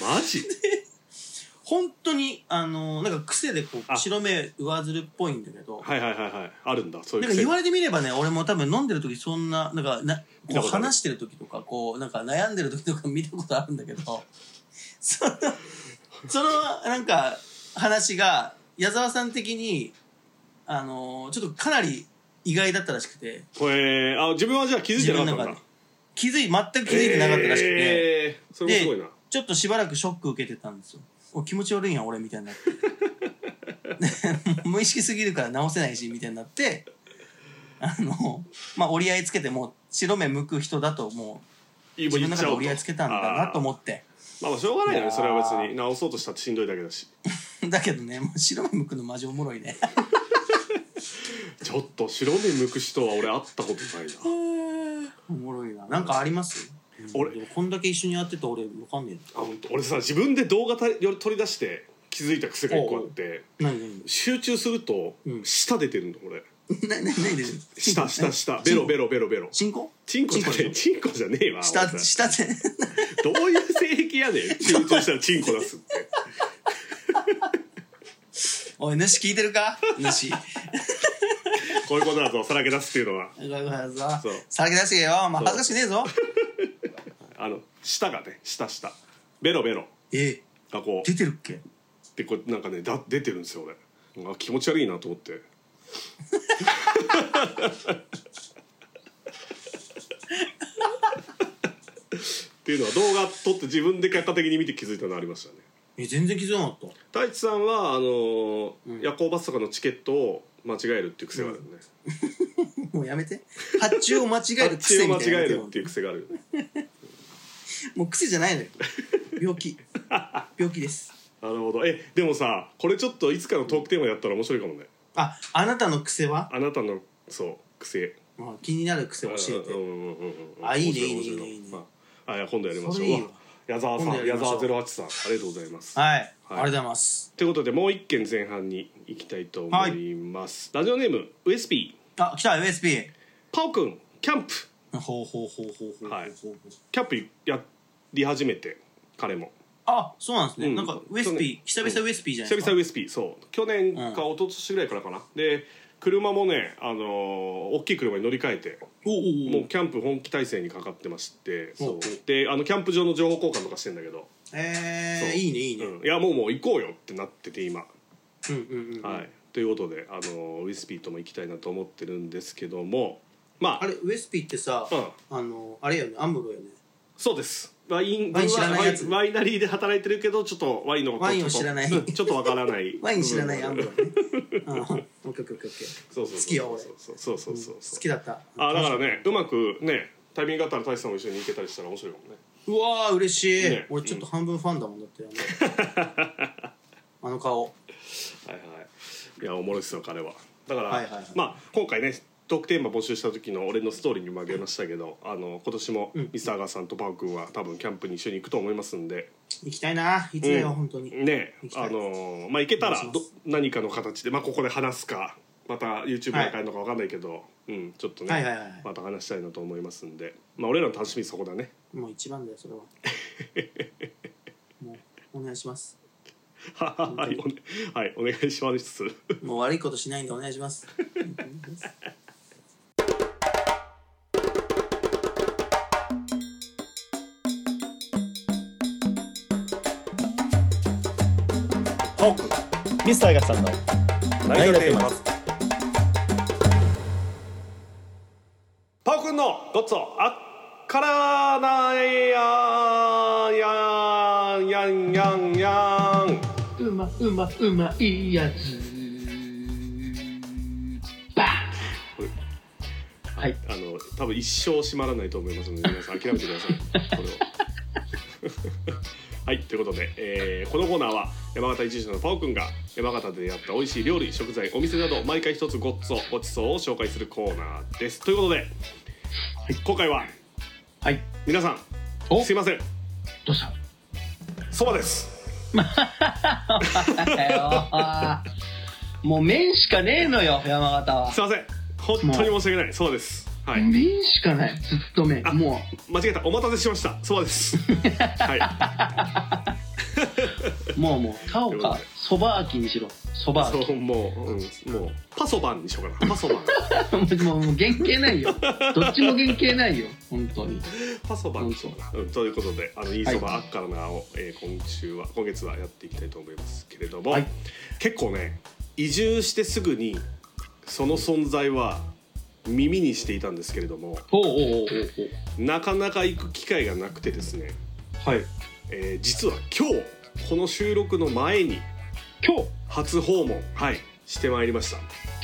マジ？本当にあのなんか癖でこあう白目上ずるっぽいんだけどはいはいはいはい。あるんだ。そういなうんか癖言われてみればね俺も多分飲んでる時そんななんかな見こたうことある話してる時とかこうなんか悩んでる時とか見たことあるんだけど [laughs] そのそのなんか話が矢沢さん的にあのちょっとかなり意外だったらしくてこれ、あ、自分はじゃあ気づいてなかったんだ。気づい全く気づいてなかったらしくて。ええそれもすごいな。ちょっとしばらくショック受けてたんですよ。お気持ち悪いんや俺みたいになって。で [laughs] 無意識すぎるから直せないしみたいになって、あの、まあ折り合いつけてもう白目向く人だともいういも自分ん言のっち中でゃおう折り合いつけたんだなと思って。って。 [laughs] あーまあまあしょうがないいよね。やーそれは別に直そうとしたってしんどいだけだし。だけどね、もう白目向くのマジおもろいね。ちょっと白目向く人は俺会ったことないな。おもろいな。なんかあります俺でもこんだけ一緒にやってて俺わかんねあ本当俺さ自分で動画た取り出して気づいた癖が一個あってえな。何何集中するとうん舌出てるの俺何 [laughs] 何何で舌舌舌ベロベロ。ロベロベロチンコチンコじゃねえチンコじゃねえわ下、お前さ下って。どういう性癖やねん集中したらチンコ出すって [laughs] おい、主聞いてるか主。こういうことだぞさらけ出すっていうのはそうさらけ出してけよ、お前恥ずかしくねえ [laughs] ぞ。あの舌がね舌舌ベロベロえ、がこう出てるっけでこうなんかねだ出てるんですよ俺あ気持ち悪いなと思ってっていうのは動画撮って自分で結果的に見て気づいたのありましたねえ、全然気づかなかった。太一さんはあのーうん夜行バスとかのチケットを間違えるっていう癖があるよね、 [laughs] もうやめて発注を間違える癖み間たいな違のやえめてるよっていう癖があるよねもう癖じゃないの [laughs] よ病気病気ですなるほどえでもさこれちょっといつかのトークテーマやったら面白いかもねああなたの癖は、あなたのそう癖まあ、気になる癖教えてうんうんうんうんあいいね面白いいねいいねいいね面白ああいや今度やりましそょうれいいわわ矢沢さ今度やんり矢ましょ沢うゼロ八さんありがとうございますはい、ありはいがとうございますということでもう一件前半に行きたいと思います、ラジオネームウエスピーあ来た USB パオくんキャンプほうほうほうほうほうほうほうほう、はいキャンプやり始めて彼もあそうなんですね、うんなんかウエスピー久々ウエスピーじゃない久ですか、々ウエスピーそう去年かうん一昨年ぐらいからかな、で車もね、あのー大きい車に乗り換えておうおうおもううキャンプ本気体制にかかってましておそうであのキャンプ場の情報交換とかしてんだけど、えそー、ういいねいいね、うんいやもうもう行こうよってなってて今、うんうんうん、はいということで、あのーウエスピーとも行きたいなと思ってるんですけどもまああれウエスピーってさ、うんあのあれよねアムロよねそうですワインワイン知らないやつワイワイナリーで働いてるけどちょっとワインのことワインを知らないちょっとちょっとわからない [laughs] ワイン知らない部ア分ムが [laughs] ロねうんオッケーオッケーオッケーオッケーそうそうそう好きよ俺そうそうそうそうそう好きだったあだからねうまくねタイミングがあったら大志さんも一緒に行けたりしたら面白いかもねうわー嬉しい、ね俺ちょっと半分ファンだもんだってあの [laughs] あの顔はいはいいやおもろいっすよ彼はだから、はいはいはいまあ今回ねトークテーマ募集した時の俺のストーリーにもあげましたけどあの今年もうんミスターガーさんとパオ君は多分キャンプに一緒に行くと思いますんで行きたいないつだよ、うん本当にね行きたいあのーまあ行けたおら願いしますど何かの形でまあここで話すかまた YouTube でかるのかわかんないけど、うんちょっとね、はいはいはいはいまた話したいなと思いますんでまあ俺らの楽しみそこだねもう一番だよそれはもうお願いします [laughs] はいお,、ねはい、お願いしますもう悪いことしないんでお願いしますトークミスターガスさんの何が出ますパオくんのごっつおあっからないやんやんやんやんうまうまうまいやつバはいあの多分一生閉まらないと思いますので皆さん諦めてください [laughs] これをはい [laughs] ということで、えーこのコーナーは山形一住所のパオくんが山形で出会った美味しい料理食材お店など毎回一つごっつおごちそうを紹介するコーナーですということで、今回ははい皆さんおすいませんどうしたそばですだよもう麺しかねえのよ山形はすいません本当に申し訳ないそばですはい麺しかないずっと麺あも間違えたお待たせしましたそばですはい、 [laughs] うもうもう田ということ岡でそば秋にしろそばそうもう、うん、もうパソバンにしようかなパソバン秋もうもう原型ない [laughs] よどっちも原型ないよ本当にパソバンそうだな、うん、ということであのいいそば、あっからなを、えー今週は今月はやっていきたいと思いますけれども、はい結構ね移住してすぐにその存在は耳にしていたんですけれどもおうおうおうおうなかなか行く機会がなくてですね、おうはいえー実は今日この収録の前に今日初訪問はいしてまいりました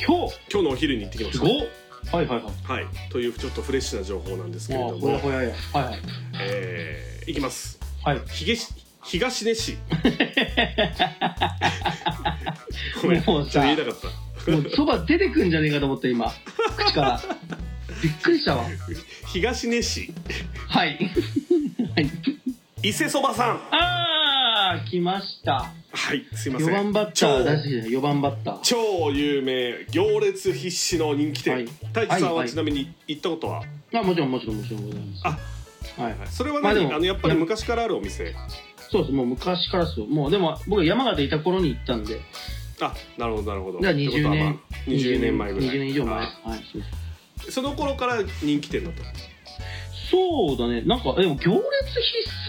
今日今日のお昼に行ってきましすたごっはいはいはいはいというちょっとフレッシュな情報なんですけれあどあほやもほややはいはいえー、いきますはい東東根 [laughs] 市ごめんちもょうっとさ言いたかったもうそば出てくんじゃねえかと思った今口からびっくりしたわ東根市はいはい伊勢そばさん [laughs] ああ来ましたはいすいません4番バッター出してきた4番バッター超超有名行列必至の人気は店い太一、さはんいははいちなみに行ったことは、まあもちろんもちろんもちろんございますあはいそれはまあ何、であ、ものやっぱり昔からあるお店そうですもう昔からですよもうでも僕は山形いた頃に行ったんであなるほどなるほどじゃあ20ってことはまあ20年前ぐらい20年以上前はいあそうですその頃から人気店だったそうだねなんかでも行列必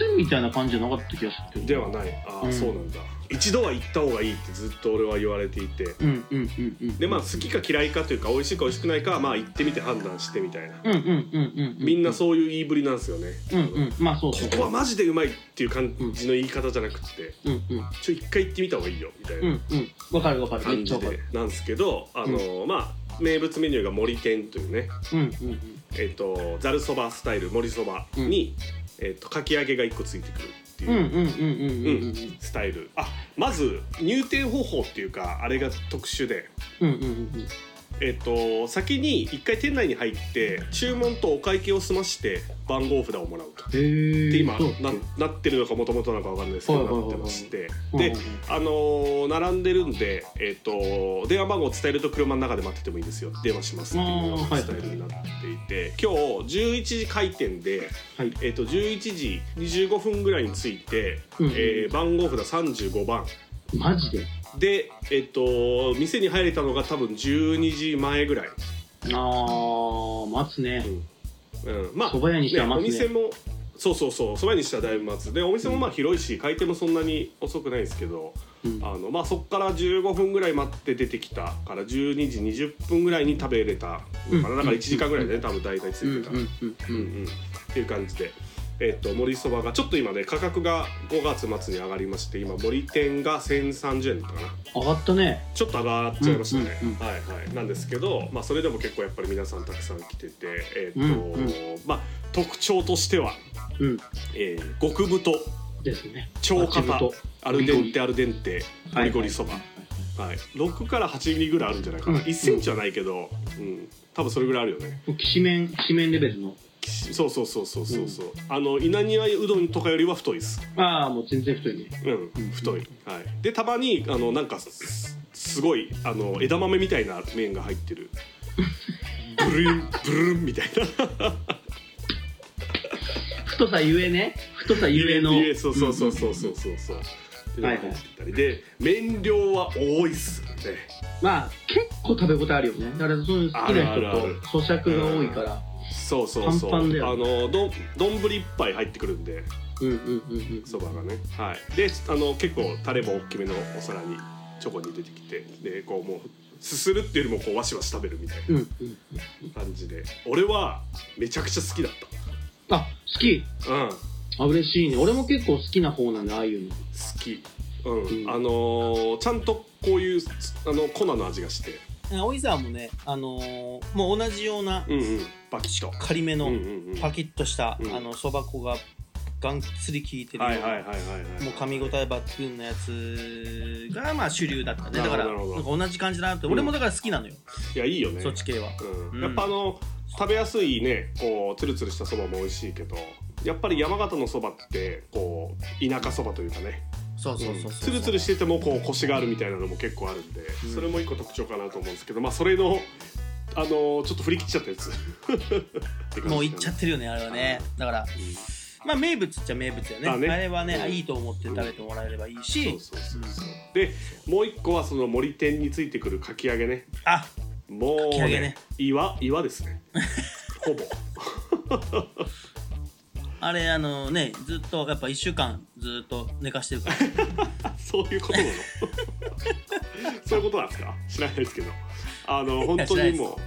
須みたいな感じじゃなかった気がするけどではないああ、うんそうなんだ一度は行った方がいいってずっと俺は言われていてうんうんうんうんでまあ好きか嫌いかというか美味しいか美味しくないかはまあ行ってみて判断してみたいな、うんうんうんうんうんみんなそういう言いぶりなんですよね、うんうんまあそうそうここはマジでうまいっていう感じの言い方じゃなくってうんうんちょ一回行ってみた方がいいよみたいうんなうんわかるわかるめっ感ちゃじわかでるなんですけどあの、まあ名物メニューが森天というね、うんうんえっとざるそばスタイル森そばに、えっとかき揚げが1個ついてくるっていうう、んうんうんうんうんうんうんスタイルあまず入店方法っていうかあれが特殊で、うんうんうんえっと先に1回店内に入って注文とお会計を済まして番号札をもらうと。へーで今そうななってるのかもともとなのかわかんないですけはいどはいはいはなっいてましてうんであのー並んでるんで、えっと電話番号を伝えると車の中で待っててもいいですよ電話しますっていうのあーはがいスタイルになっていて今日11時開店で、はいえっと11時25分ぐらいに着いて、うんえー番号札35番マジでで、えっと店に入れたのが多分12時前ぐらい、ああ待つねうん、まあ蕎麦屋にしてはお待つね店もそうそうそう蕎麦屋にしてはだいぶ待つでお店もまあ広いし開店もそんなに遅くないですけど、うんあのまあ、そこから15分ぐらい待って出てきたから12時20分ぐらいに食べれたのかな、うんだから1時間ぐらいで、ね、多分大体つうんうんいてた、うんううんんうんっていう感じで、えっと森そばがちょっと今ね価格が5月末に上がりまして今森店が1030円だったか上ながったねちょっと上がっちゃいましたね、うんうんうんはいはいなんですけど、まあ、それでも結構やっぱり皆さんたくさん来ててえっ、と、うんうんまあ特徴としては、うんえー極太ですね超硬八分とアルデンテアルデンテゴリゴリそば、ははい6から8ミリぐらいあるんじゃないかな、うん1センチはないけど、うん、多分それぐらいあるよねもうきしめんきしめんレベルのそうそうそうそうそうそう、あの稲庭うどんとかよりは太いですああもう全然太いねうん、太い、はい、でたまにあのなんかすすごいあの枝豆みたいな麺が入って [laughs] るブルンブルンみたいな太さゆえね太さゆえのゆえそうそうそうそうそうそうそうっていうのが入ってたりで麺量は多いっすねまあ結構食べ応えあるよねだからそういう好きなあるあるある人と咀嚼が多いからそうそうそうパンパンだよあのどん丼一杯入ってくるんでうんうんうんうんそばがねはいであの結構タレも大きめのお皿にチョコに出てきてでこうもうすするっていうよりもこうわしわし食べるみたいなうんうん感じで俺はめちゃくちゃ好きだっあ好きたうん好あ嬉しいね俺も結構好きな方なんでああいうのきうん、うんあのーちゃんとこういうあの粉の味がしてオイザーもね、あのーもう同じようなうんうんバキッと仮めのうんうんうんパキッとした、うんあのそば粉ががんっつり効いてるようはないはいはいはいはいもう噛み応え抜群のやつがまあ主流だったねだなるほかどらなんなるほどか同じ感じだなって、うん俺もだから好きなのよいやいいよねそっち系はう、うんんやっぱあの食べやすいねこうツルツルしたそばも美味しいけどやっぱり山形のそばってこう田舎そばというかねそうそうそうそうツルツルしててもこうコシがあるみたいなのも結構あるんで、うんそれも一個特徴かなと思うんですけどまあそれのあのーちょっと振り切っちゃったやつて感じ [laughs] もういっちゃってるよねあれはねだからまあ名物っちゃ名物やだねねあれはね、うんいいと思って食べてもらえればいいうんし、そうそうそうそうでもう一個はその森天についてくるかき揚げねあもうかき揚げね岩岩です [laughs] ねほぼあれあのねずっとやっぱ1週間ずっと寝かしてるからそういうことなの [laughs] そういうことなんですか知らないですけどあの本当にも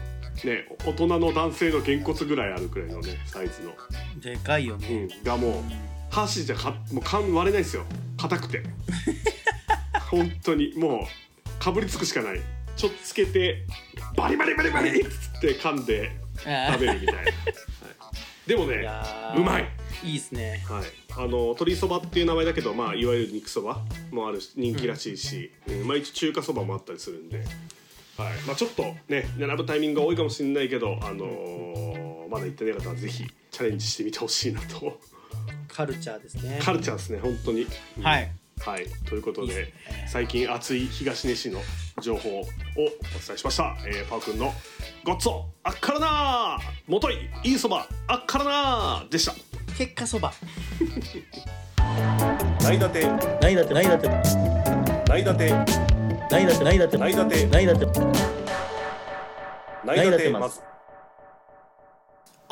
うね大人の男性のげんこつぐらいあるくらいのねサイズの、でかいようね、ん、がもう箸じゃかもう缶割れないですよ硬 [laughs] くて本当にもうかぶりつくしかないちょっつけてバリバリバリバリっつって噛んであ食べるみたいな、はい、でもーいねやーうまいいいっすねはい、あの鶏そばっていう名前だけど、まあ、いわゆる肉そばもあるし人気らしいし、うんまあ、一応中華そばもあったりするんで、はいまあ、ちょっとね並ぶタイミングが多いかもしれないけど、あのーまだ行ってない方はぜひチャレンジしてみてほしいなとカルチャーですねカルチャーですね本当に、うんはいはい、ということいいでっすね最近熱い東根市の情報をお伝えしました、えー、パオくんの「ごっつおあっからなーもといいいそばあっからなー」でした。結果そばないだてないだってないだってないだてないだってないだってないだてないだってないだてまますす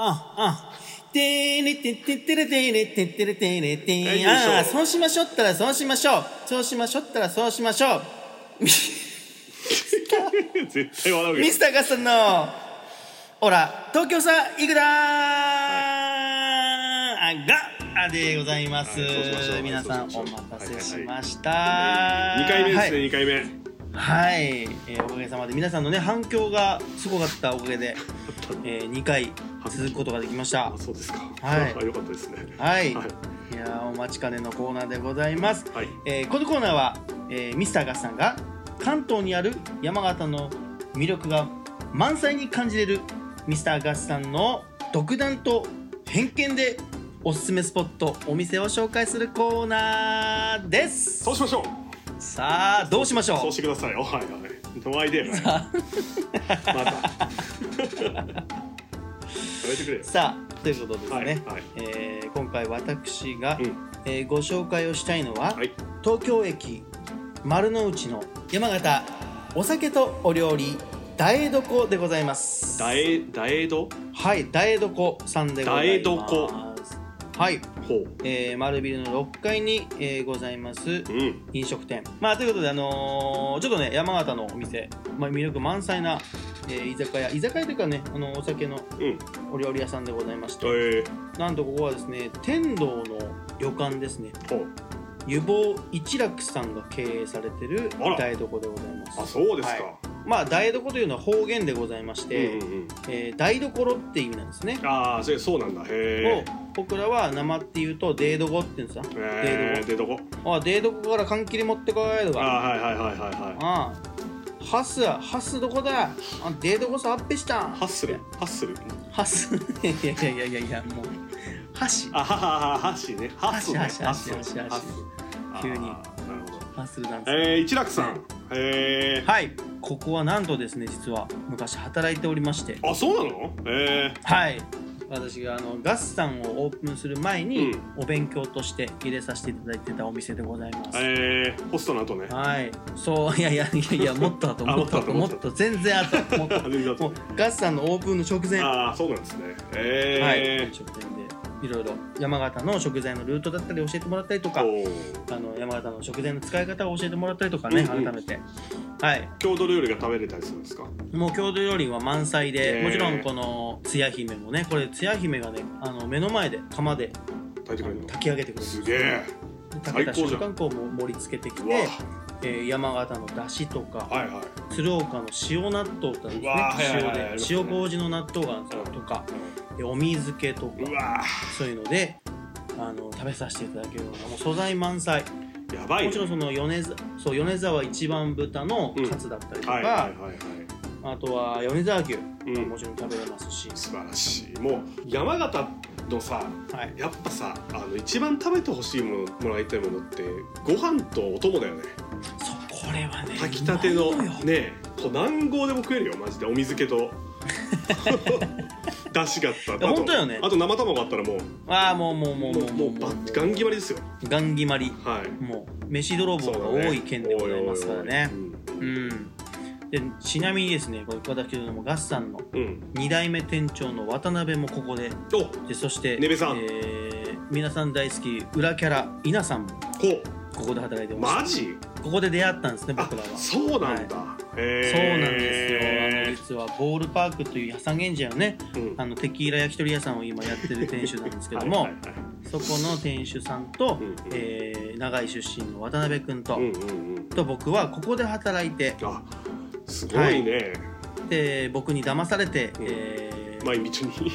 あ、あ、てれてててれてれててれてれはいてよいしょああ、そうしましょったらそうしましょう。そうしましょったらそうしましょう。 [laughs] 絶対笑うよミスターガスさんの、ほら、東京さ、いくらあが、あでございますはいそうしましょう。皆さんそおうし待またしょうせしました。二回目ですね、はい二回目。はい、えーおかげさまで皆さんのね反響がすごかったおかげで、えー、2回続くことができましたあそうですか。はい [laughs] あよかったですね。はい、いはい。やーお待ちかねのコーナーでございます、はい。えーこのコーナーは、えー、ミスターガスさんが関東にある山形の魅力が満載に感じれるミスターガスさんの独断と偏見でおすすめスポットお店を紹介するコーナーですそうしましょう。さあどうしましょうそうしてください。おはいはい。のア [laughs] イデア。また。やめてくれよ。さあということですね、はいはいえー今回私が、うんえーご紹介をしたいのは、はい。東京駅丸の内の山形お酒とお料理大江床でございますだえだえどはい大江床さんでございます大江はい、ほえー、丸ビルの6階に、えーございますう。うん。飲食店まあということであのーちょっとね山形のお店、まあ、魅力満載な、えー居酒屋居酒屋というかねあのお酒のうん。お料理屋さんでございまして、えー、なんとここはですね天童の旅館ですねほう。湯坊一楽さんが経営されてるあら台所でございますあそうですか。はいまあ台所というのは方言でございまして、うんうんうん。えー台所って意味なんですね、ああそうそうなんだ。をへ僕らは生って言うと「デードゴ」って言うんですえ。よえー、でどこ？ 「あデードゴから缶切り持ってこい」とかあーはいはいはいは「いはああハスやハスどこだあデードゴさあっぺしたんい。ハッスルハッスル。ハス [laughs] いやいやいやいやいやもう箸あはははハッシーね。ハッスルね。ハッシーハッシーハッシーハッシーハッスル急にあーなるほど。ハスなんですよえー、一楽さん。えはいここはなんとですね実は昔働いておりましてー、あそうなの？えはい私があのガスさんをオープンする前に、うんお勉強として入れさせていただいてたお店でございます、ー、えー、ホストの後ね。はいそういやいやいや [laughs] いやもっとあとあもっとあとももっっとあとと全然あともっあ全然と後もうガスさんのオープンの直前ああそうなんですね。はいえー、食店でいろいろ山形の食材のルートだったり教えてもらったりとかおーあの山形の食材の使い方を教えてもらったりとかね、うんうん改めてはい郷土料理が食べれたりするんですか？もう郷土料理は満載で、えーもちろんこのつや姫もねこれつや姫がねあの目の前で釜で炊いてくれるの？炊き上げてくれるすげえ。炊けた最高じ瞬ゃん間こうもう盛り付けてきうわて、えー山形のだしとか、はいはい。鶴岡の塩納豆ってあるんですねうわはいはいはい塩ありますでね塩麹の納豆があるんですようんとか、えーお水漬けとかうわそういうのであの食べさせていただけるようなもう素材満載、ーやばい、ね。もちろんその米沢そう米沢一番豚のカツだったりとか、はいはいはいはい。あとは米沢牛うもんもちろん食べれますし、素晴らしいもう山形のさはいやっぱさあの一番食べてほしいものもらいたいものってご飯とお供だよねそうこれはね炊きたてのうまいよねこう何合でも食えるよマジでお水漬け [laughs] と [laughs] だしがあったあと本当よねあと生卵あったらもうああもうもうもうももううももううバッガン決まりですよガンギマリはいもう飯泥棒が多い県でございますからねそううだねんでちなみにですねこれ私どもガスさんのおいおいおいうん2代目店長の渡辺もここでおこでそしてねべさんえー皆さん大好き裏キャラ稲さんもうここで働いてまマすジここで出会ったんですねあ僕らはそうそうなんだ、なんでへすよあの実はボールパークという八三軒茶屋のねーうんあのテキーラ焼き鳥屋さんを今やってる店主なんですけどもはいはいはいそこの店主さんと、うんうんえー長井出身の渡辺君と、うんうんうんと僕はここで働いてあすごいね、で僕に騙されて、うんえー毎日に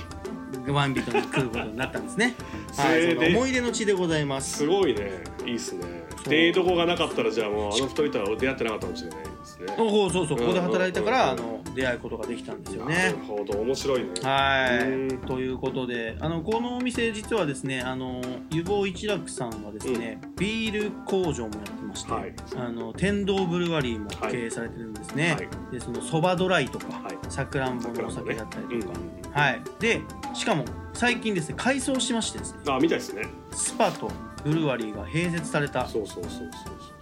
ワンビートに来ることになったんです [laughs] ね、はそい、れそので思い出の地でございますすごいねいいっすねそうデート後がなかったらじゃあもうあの二人とは出会ってなかったかもしれないですねおおそうそうここで働いたから、うんうんあの出会うことができたんですよなねるほど面白いねはいうんということであのこのお店実はですねあの湯坊一楽さんはですね、ビール工場もやってまして、はいあの天童ブルワリーもはい経営されてるんですね、はいでそのそばドライとか、はいさくらんぼのお酒だったりとか、うんはいでしかも最近ですね改装しましてですねあみたいですねスパとブルワリーが併設されたそうそうそうそう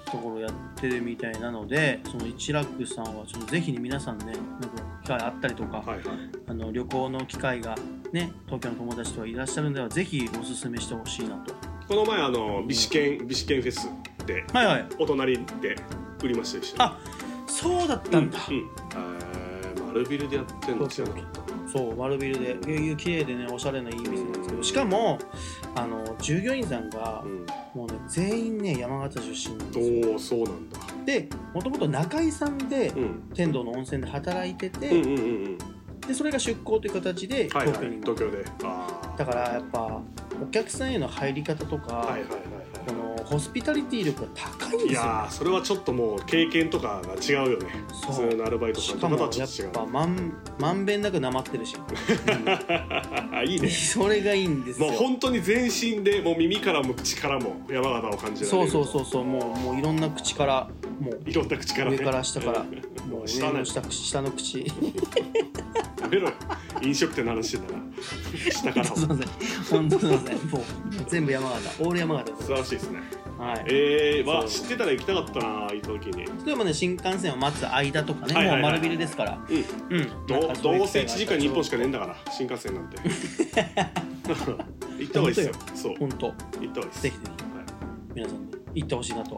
ところをやってるみたいなのでその一楽さんはちょっとぜひね皆さんねなんか機会あったりとか、そうはいはいあの旅行の機会がね東京の友達とはいらっしゃるんではぜひおすすめしてほしいなとこの前あのビシケンビシケンフェスではいはいお隣で売りました一緒にあそうだったんだ、うん、えー、丸ビルでやってんの知らなかったそう丸ビルで綺麗でねおしゃれないい店なんですけどしかもあの従業員さんがうんもうね全員ね山形出身なんですよおおそうなんだでもともと中井さんでうん天童の温泉で働いてて、うんうんうんうんでそれが出向という形ではいはい東京に東京であだからやっぱお客さんへの入り方とか、あはいはいはいこはのホスピタリティ力が高いんいでいすよやーそれはちょっともう経験とかが違うよね普そ通うのアルバイトしさんかとかとはもちょやっっと違うぱまんまんべんなくなまってるし、いいうんねそれがいいんですもうよ本当に全身でもう耳からも口からも山形を感じられるそうそうそうそうもうもういろんな口からもういろんな口から、ね、上 [laughs] から下からもう上下ねの下下の口 [laughs] やめろよ飲食店の話なら下からもすい素ません本当すいませんもう全部山形オール山形です晴らしいですねはいえー、まそあ知ってたら行きたかったな行った時に例えばね新幹線を待つ間とかねはいもはういはい丸ビルですからうんうんなんどかそういうどう機会せが1あ時ったら間に1本しかねえんだから新幹線な [laughs] んて行った方がいいですよそう本当行った方がいいですぜひぜひ皆さんに行ってほしいなと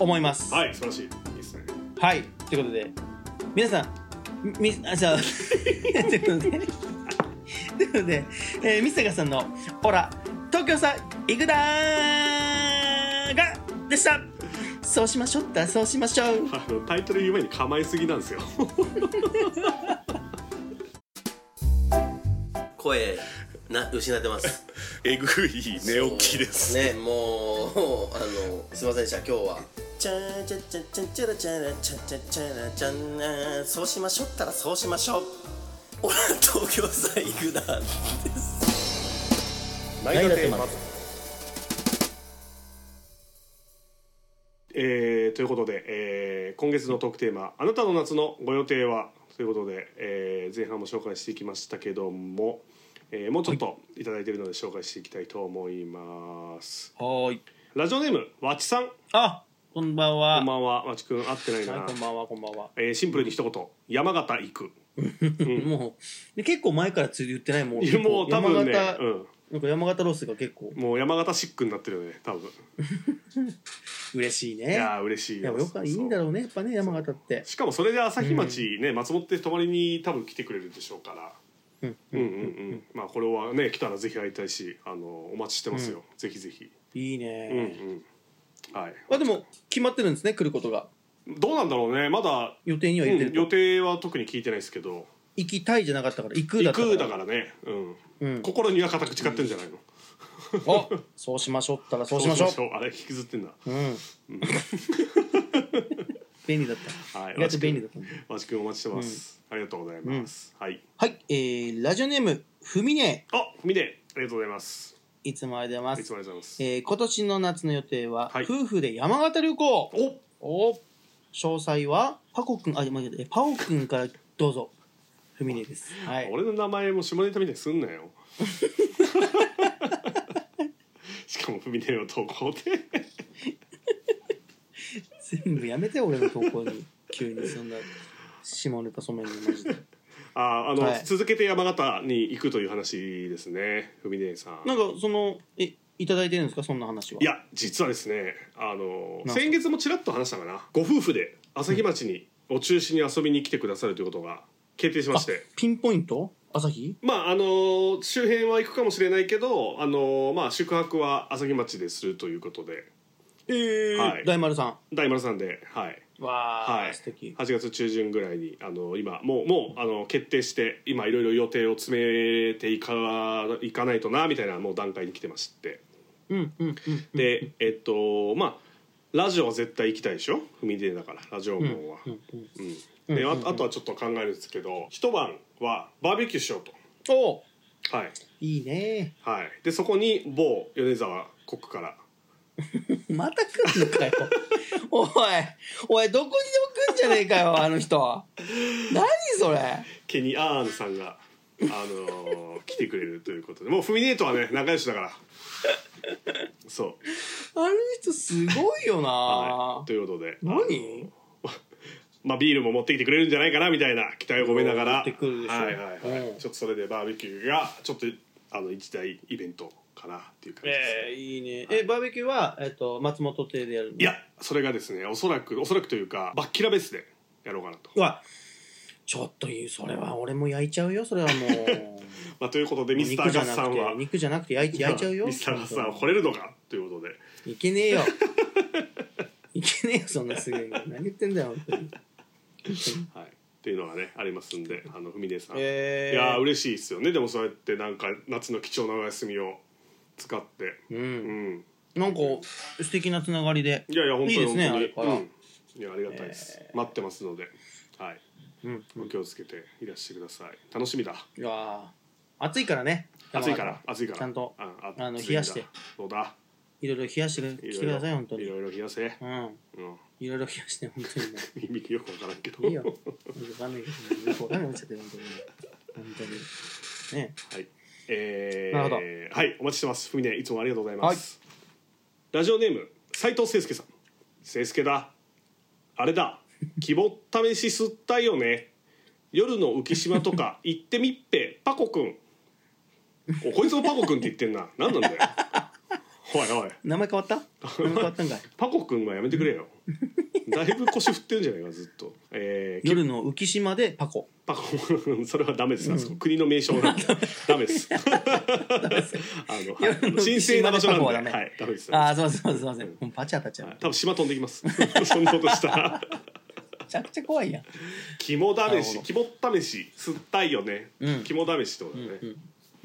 思いますはい、はい、素晴らしいいいですねはい、ということで、皆さん、み、みあ、じゃあ、ということで、ということで、えー、ミセガさんの、ほら、東京さ、行くだーが、でした。そうしましょった、そうしましょう。あのタイトル言う前に構えすぎなんですよ声な失ってますえぐい寝起きです。ねもうあのすいませんでした今日はチャチャチャチャチャラチャラチャチャチャラチャンそうしましょったらそうしましょう俺は東京さ行くだですナイダテえーということで、えー今月のトークテーマ「あなたの夏のご予定は?」ということで、えー前半も紹介していきましたけども、えーもうちょっといただいてるので紹介していきたいと思いますはーい。ラジオネームわちさんあ、こんばんは。こんばんはわちくん会ってないな、はい、こんばんは、こんばんは。えーシンプルに一言山形行くもう、で結構前から釣り言ってないもん。いやもう多分ね山形、うんなんか山形ロスが結構もう山形シックになってるよね多分嬉しいいね。やー嬉しいいや、よくいいんだろうね、やっぱね、山形って。しかもそれで朝日町ね、松本って泊まりに多分来てくれるでしょうかうら、ん、うんうんうん、まあこれはね来たらぜひ会いたいし、あのお待ちしてますよ、ぜひぜひ、いいうんうね。ん、はい。まあでも決まってるんですね来ることがどうなんだろうね、まだ、予定にはう入れてるん、と、予定は特に聞いてないですけど、行きたいじゃなかったから行くだっ行たからくだからね、うん、うん、心には固く誓ってんじゃないの。おそうしましょうったらそうしましょうう。あれ引きずってんだ。うん便利だった、はい意外と便利だったねわしくんお待ちしてます、ありがとうございます。はい。はい、えー、ラジオネームふみねあ、みで、ありがとうございます。いつもありがとうございいまつすもありがとうございます。えー、今年の夏の予定は、はい夫婦で山形旅行お、お詳細はパコくんあ間違えたパオくんからどうぞふみねですはい俺の名前も下ネタみたいにすん [laughs] なよしかも文音の投 [laughs] 稿で全部やめて俺の投稿に急にそんな下ネタ染めに [laughs] マジでああの、はい続けて山形に行くという話ですね文音さんなんかそのえいただいてるんですかそんな話はいや実はですねあのなんすか先月もちらっと話したかなご夫婦で朝日町に、を中心に遊びに来てくださるということが決定しましてピンポイント朝日まああの周辺は行くかもしれないけどあのまあ宿泊は朝日町でするということでええはい大丸さ大丸さんではいんわあ、はい素敵8月中旬ぐらいにあの今もうもうあの決定して今いろいろ予定を詰めていかいかないとなみたいなもう段階に来てましてうんうんうんでえっとまあラジオは絶対行きたいでしょ踏み出だからラジオうん網は、うんうんうんであうんうんあとはちょっと考えるんですけど一晩はバーベキューしようおうとはいいいねはいでそこに某米沢国からまた来るの [laughs] かよおいおいどこにでも来るんじゃねえかよあの人何それケニアーンさんが、あのー来てくれるということでもうフミネートはね仲良しだからそあの人すごいよな、う、 [laughs] はい、ということであ何まあ、ビールも持ってきてくれるんじゃないかなみたいな期待を込めながら持ってくるでしょはいはいはい、うんちょっとそれでバーベキューがちょっとあの一大イベントかなっていう感じです、ええいいねえバーベキューは、えっと松本亭でやるのいやそれがですねおそらくおそらくというかバッキラベースでやろうかなと、うわちょっといいそれは俺も焼いちゃうよそれはもうまあ、ということで [laughs] ミスタ肉ーじゃガなスくさんはて肉じゃなくて焼い焼いちゃうよミスターガスさんは惚れるのかということで [laughs] いけねえよいけねえよそんなすげえの何言ってんだよ本当にはい、っていうのがねありますんであのふみねさん、えいやーー、嬉しいですよねでもそうやってなんか夏の貴重なお休みを使ってう、うんんなんか素敵なつながりでいやいや本当にいいですね本当にあれからうんいやありがたいです、待ってますのではいうんお気をつけていらしてください楽しみだいやー暑いからね暑いから暑いからちゃんとあああの暑いんだ冷やしてそうだいろいろ冷やしてきいろていくろださい本当にいろいろ冷やせ、うんうん、いろいろ冷やして本当にね意味よくわからんけどいいよわかんないけどよくわかんなくなっちゃってる本当に本当にねはい。えー、なるほはい、お待ちしてます。ふみね、いつもありがとうございます。ラジオネーム、斉藤誠介さん。誠介だ。あれだ。希望試し吸ったよね。夜の浮島と [laughs] か行ってみっぺ、パコくん。おこいつのパコくんって言ってんな。何なんだよ。おいおい。名前変わった名前変わったん [laughs] かいパコくんはやめて [laughs] くれよ。だいぶ腰振ってるんじゃないか、ずっと。えー、夜の浮島でパコパコそれはダメです、あそこ国の名称 [laughs] なんでダメですあの、はい夜の神聖な場所パコはダなメんで、はい、ダメですああすいませんすいませんすいませんもうバチ当たっちゃうはい多分島飛んできます [laughs] そんなことしたらめちゃくちゃ怖いやん肝試なるしほ肝試し吸ったいよね、うん肝試しってことうだんよね、うんう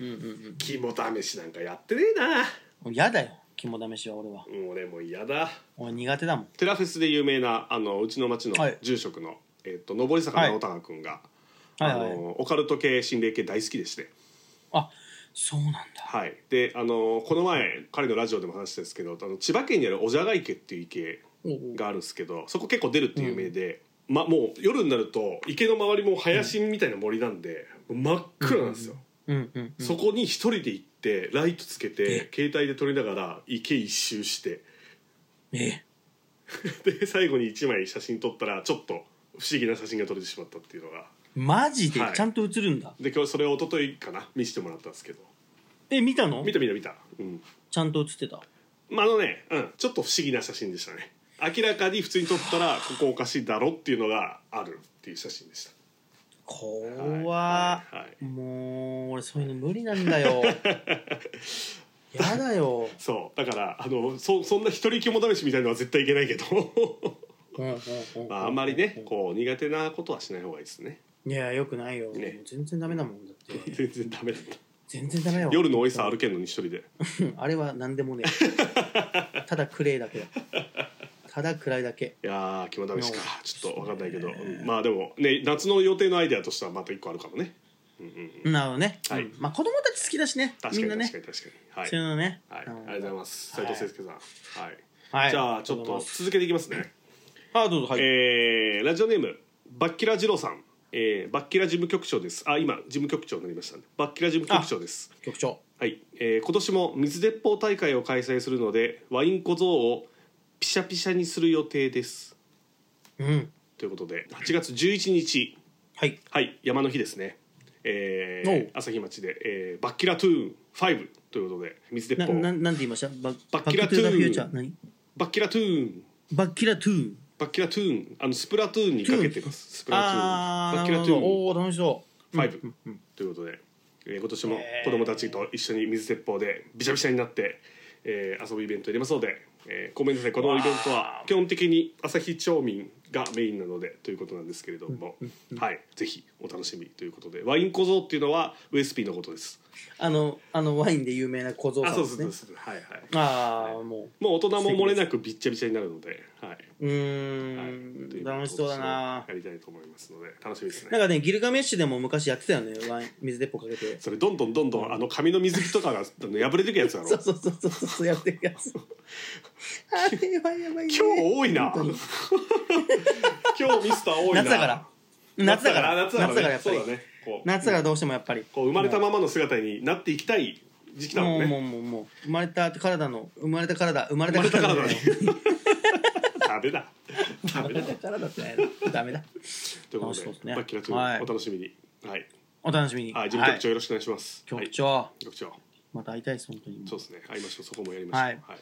ん肝試しなんかやってねえなうん嫌だよ肝試しは俺はもう俺もう嫌だ俺苦手だもんテラフェスで有名なあのうちの町のはい住職の、えっと上坂直隆君が、はいあはいのオカルト系心霊系大好きでしてそうなんだはい、であのこの前彼のラジオでも話したんですけどあの千葉県にある小じゃが池っていう池おうおうがあるんですけどそこ結構出るっていう名で、ま、もう夜になると池の周りも林みたいな森なんで、真っ暗なんですよ、うんうんうんそこに一人で行ってライトつけて携帯で撮りながら池一周して [laughs] ええで最後に1枚写真撮ったらちょっと不思議な写真が撮れてしまったっていうのがマジではいちゃんと映るんだで今日それを一昨日かな見せてもらったんですけどえ見たの見た見た見たうんちゃんと映ってたまあ、あのね、うん、ちょっと不思議な写真でしたね明らかに普通に撮ったらここおかしいだろっていうのがあるっていう写真でした怖はいはいっもう俺そういうの無理なんだ [laughs] よやだよそうだからあのそそんな一人肝試しみたいのは絶対いけないけど、 [laughs] うんうんうんまあ、あんまりねこう苦手なことはしない方がいいですねいやよくないよ、ね全然ダメだもんだって全然ダメだった全然ダメよ夜のおいさ歩けんのに一人でうんあれは何でもね [laughs] えただ暗いだけだただ暗いだけいやー肝試しかちょっと分かんないけど、うんまあでもね夏の予定のアイデアとしてはまた一個あるかもねなるほどね、はいうんまあ子供たち好きだしね確みかんにな確ねかに確かに、はいそういうのね、はい、ありなるほどがとうございます斉藤誠介さんはいはい、じゃあちょっと続けていきますね、あどうぞはい、えーラジオネームバッキラ二郎さん、えーバッキラ事務局長ですあ今事務局長になりましたねバッキラ事務局長です局長はい、えー今年も水鉄砲大会を開催するのでワイン小僧をピシャピシャにする予定ですうんということで8月11日はいはい山の日ですねえおーう朝日町で、えーバッキラトゥーン5ということで水鉄な砲ななんて言いましたババッキラバックトゥザトゥーンフューチャー何バッキラトゥーンバッキラトゥーンバッキラトゥーンあのスプラトゥーンにかけてますスプラトゥーンあーバッなキるラほトゥどーンおおー楽しそうファイブうんうんということで、えー今年も子供たちと一緒に水鉄砲でびしゃびしゃになって、えー遊ぶイベントやりますので、えーごめんなさいこのイベントは基本的に朝日町民がメインなのでということなんですけれども、はい、ぜひお楽しみということでワイン小僧っていうのはウエスピーのことです。あのあのワインで有名な小僧あさんそうでですすそねうですはいはいああももう大人も漏れなくびっちゃびちゃになるので、はいうはういといーんう楽しそうだなやりたいと思いますので楽しみですねなんかねギルガメッシュでも昔やってたよねワイン水鉄砲かけてそれどんどんどんどんあの紙の水着とかがあの破れてくやつだろそうそうそうそうそうやってるやつあれはやばい、ね、今日多いな。本当に [laughs] 今日ミスター多いな。夏だから夏だから夏だから、夏だからやっぱりそうだね。こう夏だからどうしてもやっぱりこう生まれたままの姿になっていきたい時期だももんうもね。うもうもう生まれた体の生まれた体生まれた体生まれたダメだ。 [laughs] ダ生まメれだ。た体ってダメだというこ楽としそでうですねバッキラトゥはいーンお楽しみに。はい。お楽しみにはい、事務局長よろしくお願いします。はいはい局長、局長。また会いたいです本当にそうですね。会いましょう。そこもやりましょう。ははいい。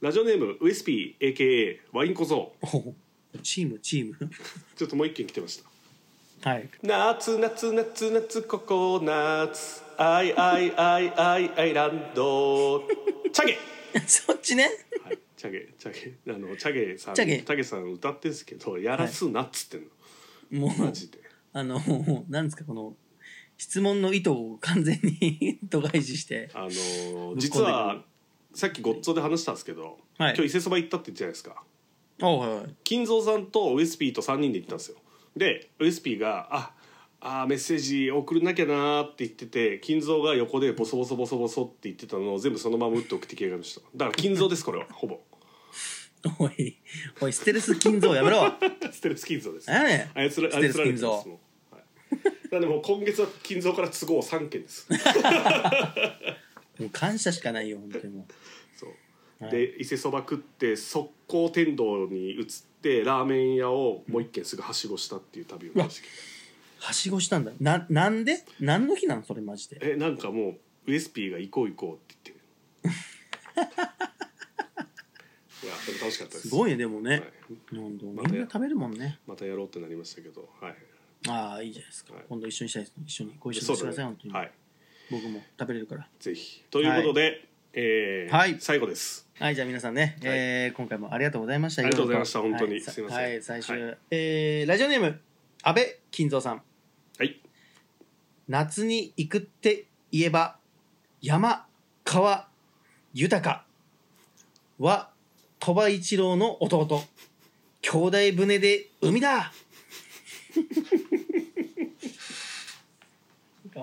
ラジオネームウエスピー AKA ワイン小僧。おおチームチームちょっともう一件来てました。 [laughs] [laughs] はい夏夏夏夏ココナッツア [laughs] イアイアイアイアイランドチャゲそっちねはい、チャゲチャゲあのチャゲさんチャゲさん歌ってんすけどやらすなっつってんの、もうマジであのもうなんですかこの質問の意図を完全に [laughs] 度外視してあのぶっ込んでくーる実はさっきごっつおで話したんですけど、はい今日伊勢そば行ったって言ったじゃないですかあはいはい金蔵さんとウエスピーと3人で行ったんですよでウエスピーが「ああーメッセージ送らなきゃな」って言ってて金蔵が横でボソボソボソボソって言ってたのを全部そのまま打って送ってきやがりましただから金蔵です [laughs] これはほぼおいおいステルス金蔵やめ [laughs] ろステルス金蔵です何やねんあやつらスあテやルつスられ金て蔵ますもん、はい、なんでもう今月は金蔵から都合3件 [laughs] ですもう感謝しかないよ本当にもそう、はいで伊勢そば食って速攻天童に移ってラーメン屋をもう一軒すぐはしごしたっていう旅をしてきてうはしごしたんだななんで何の日なのそれマジでえなんかもうウエスピーが行こう行こうって言 [laughs] っていやでも楽しかったですすごいねでもね、はい、なんだまたみんな食べるもんねまたやろうってなりましたけどはいああいいじゃないですか、はい今度一緒にしたいです一緒にご一緒そにうしてください、だ本ね当に、はい僕も食べれるからぜひということで、えーはい最後ですはいじゃあ皆さんね、はいえー今回もありがとうございましたありがとうございましたろろ本当にはいさすいませんはい最終、はえーラジオネーム安倍金蔵さんはい夏に行くって言えば山川豊かは鳥羽一郎の弟兄弟船で海だ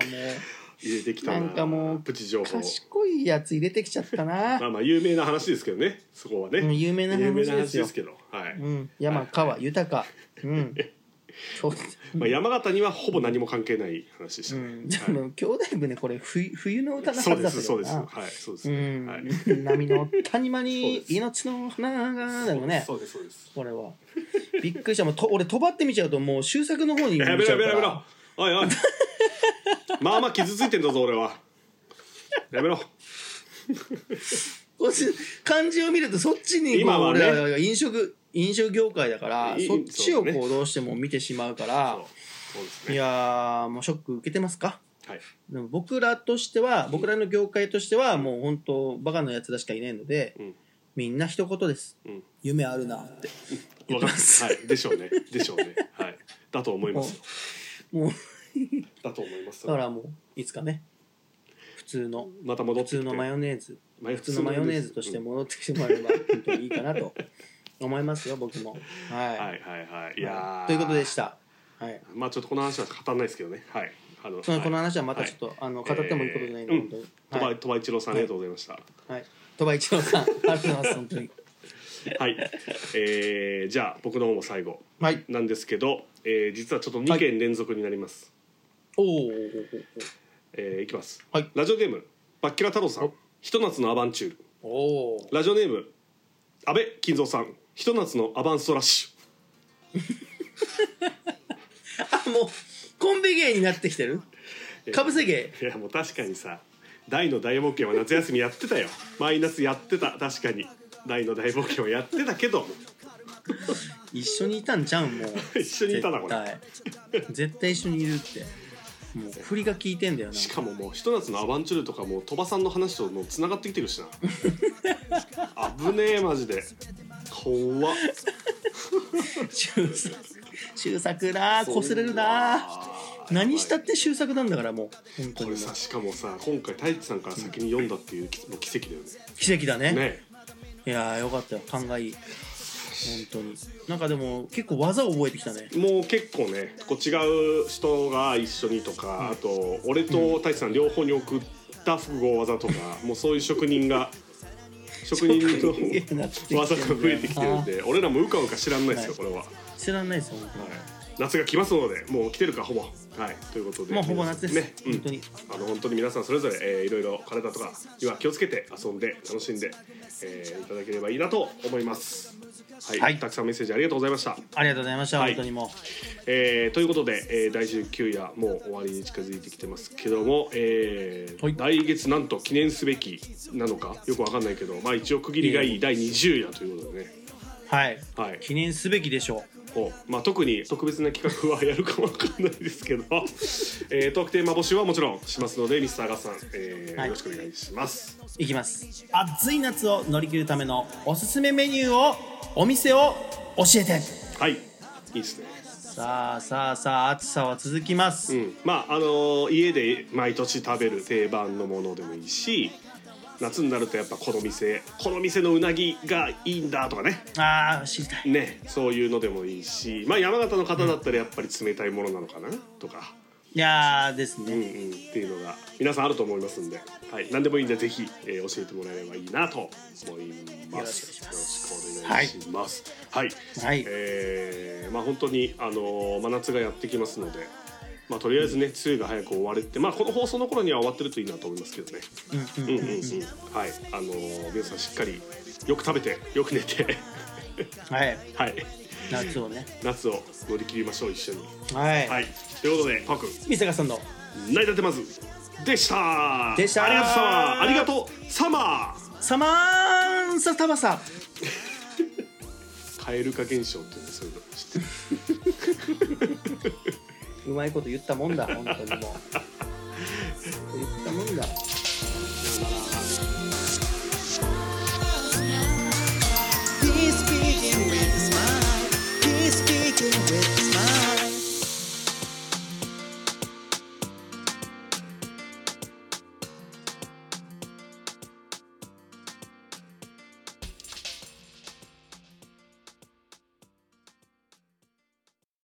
なんかも入れてきたななんかもうプチ情う報賢いやつ入れてきちゃったな [laughs] まあまあ有名な話ですけどねそこはね、うん有名な有名話なで話すよですけどはい、うん、山川豊か、 [laughs] うん、そうまあ、山形にはほぼ何も関係ない話でしたうね、ん、でも兄弟船これ冬冬の歌なはずそだうですそうですよはないそうです、うん、はい波の谷間にそうです命の花がだよねそうですそうですこれはびっくりしたもうと俺飛ばって見ちゃうともう終作の方に見ちゃやうめかろやめろやめらろおい [laughs] おいまあまあ傷ついてんだぞ俺はやめろこっち漢字を見るとそっちにこう今はね俺らが飲食飲食業界だからいいそっちをこそううどうしても見てしまうかそうらそうですいねやーもうショック受けてますかはいでも僕らとしては僕らの業界としてはもう本当バカのやつらしかいないので、うんみんな一言です、うん夢あるなって言わってまかりますす、はいでしょうねでしょうねはいだと思いますよもうだと思いますだからもういつかね普通のまた戻っ普てきて通のマヨネーズマヨ普通のマヨネーズとして戻ってきてもらえれば本当にいいかなと思いますよ僕もはい、うんはいはいはいいやーということでした、はいまあちょっとこの話は語らないですけどねはいあのそのこのはい話はまたちょっと、あの語ってもいいことじゃないんで、えー本当に、鳥は羽鳥羽一郎さんありがとうございましたい、はい、鳥羽一郎さんありがとうございます本当にはいえーじゃあ僕の方も最後はいなんですけどえー実はちょっと2件連続になりますおーおーおーえーいきます、はいラジオネームバッキラ太郎さんひと夏のアバンチュールおおおラジオネーム安倍金蔵さんひと夏のアバンストラッシあもうコンビ芸になってきてるュかぶせ芸 [laughs] いやもう確かにさ大の大冒険は夏休みやってたよマイナスやってた確かに大の大冒険はやってたけど一緒にいたんちゃうんもう一緒にいたなこれ絶対絶対一緒にいるってもう振りが効いてんだよなしかももうひと夏のアバンチュールとかもう鳥羽さんの話ともう繋がってきて [laughs] るしな危ねえマジで怖っ終作終作だこすれるな何したって終作なんだからもう本当こにもうれさしかもさ今回太一さんから先に読んだっていうもう奇跡だよ奇跡だねねねいやーよかったよ感がいい本当になんかでも結構技覚えてきたねもう結構ねこう違う人が一緒にとか、あと俺と太一さん両方に送った複合技 [laughs] とか、もうそういう職人が職人の技が増えてきてるんで俺らもうかうか知らんないですよ、これは、はい、知らないですよ本当に夏が来ますのでもう来てるかほぼはいということでもうほぼ夏です、ね、うん本当にあの本当に皆さんそれぞれ、えーいろいろ体とかには気をつけて遊んで楽しんで、えーいただければいいなと思います、はいはいたくさんメッセージありがとうございましたありがとうございました、はい本当にもうえーということで、えー第19夜もう終わりに近づいてきてますけども、えーはい来月なんと記念すべきなのかよくわかんないけど、まあ、一応区切りがいい第20夜ということでね、はい、はい記念すべきでしょうこう、まあ、特に特別な企画はやるかもわかんないですけど、 [laughs] えー、トークテーマ募集はもちろんしますのでミスターガスさん、えーはいよろしくお願いしますいきます暑い夏を乗り切るためのおすすめメニューをお店を教えてはいいいですねさあさあさあ暑さは続きます、うんまああのー家で毎年食べる定番のものでもいいし夏になるとやっぱこの店この店のうなぎがいいんだとかねああ知りたいねそういうのでもいいしまあ山形の方だったらやっぱり冷たいものなのかなとか、いやーですうんうね、ん、っていうのが皆さんあると思いますんで、はい、何でもいいんでぜひ、えー教えてもらえればいいなと思います。よよろろししくおくお願願いいしします。はい、はいえーまあ本当にあのー真夏がやってきますので。まあとりあえずね、梅雨が早く終われて、まあこの放送の頃には終わってるといいなと思いますけどね。うんうんうんうんうん。はい、あのー皆さんしっかりよく食べて、よく寝て、 [laughs] はいはい、夏をね夏を乗り切りましょう一緒に。はい、はい、ということで、パックン、三坂さんの成り立てまず。でした。でしたありがとうさま。ありがとうさま。サマーンサタバサ蛙化現象っていうの、そういうの知ってる。 [laughs] うまいこと言ったもんだ本当にもう言っ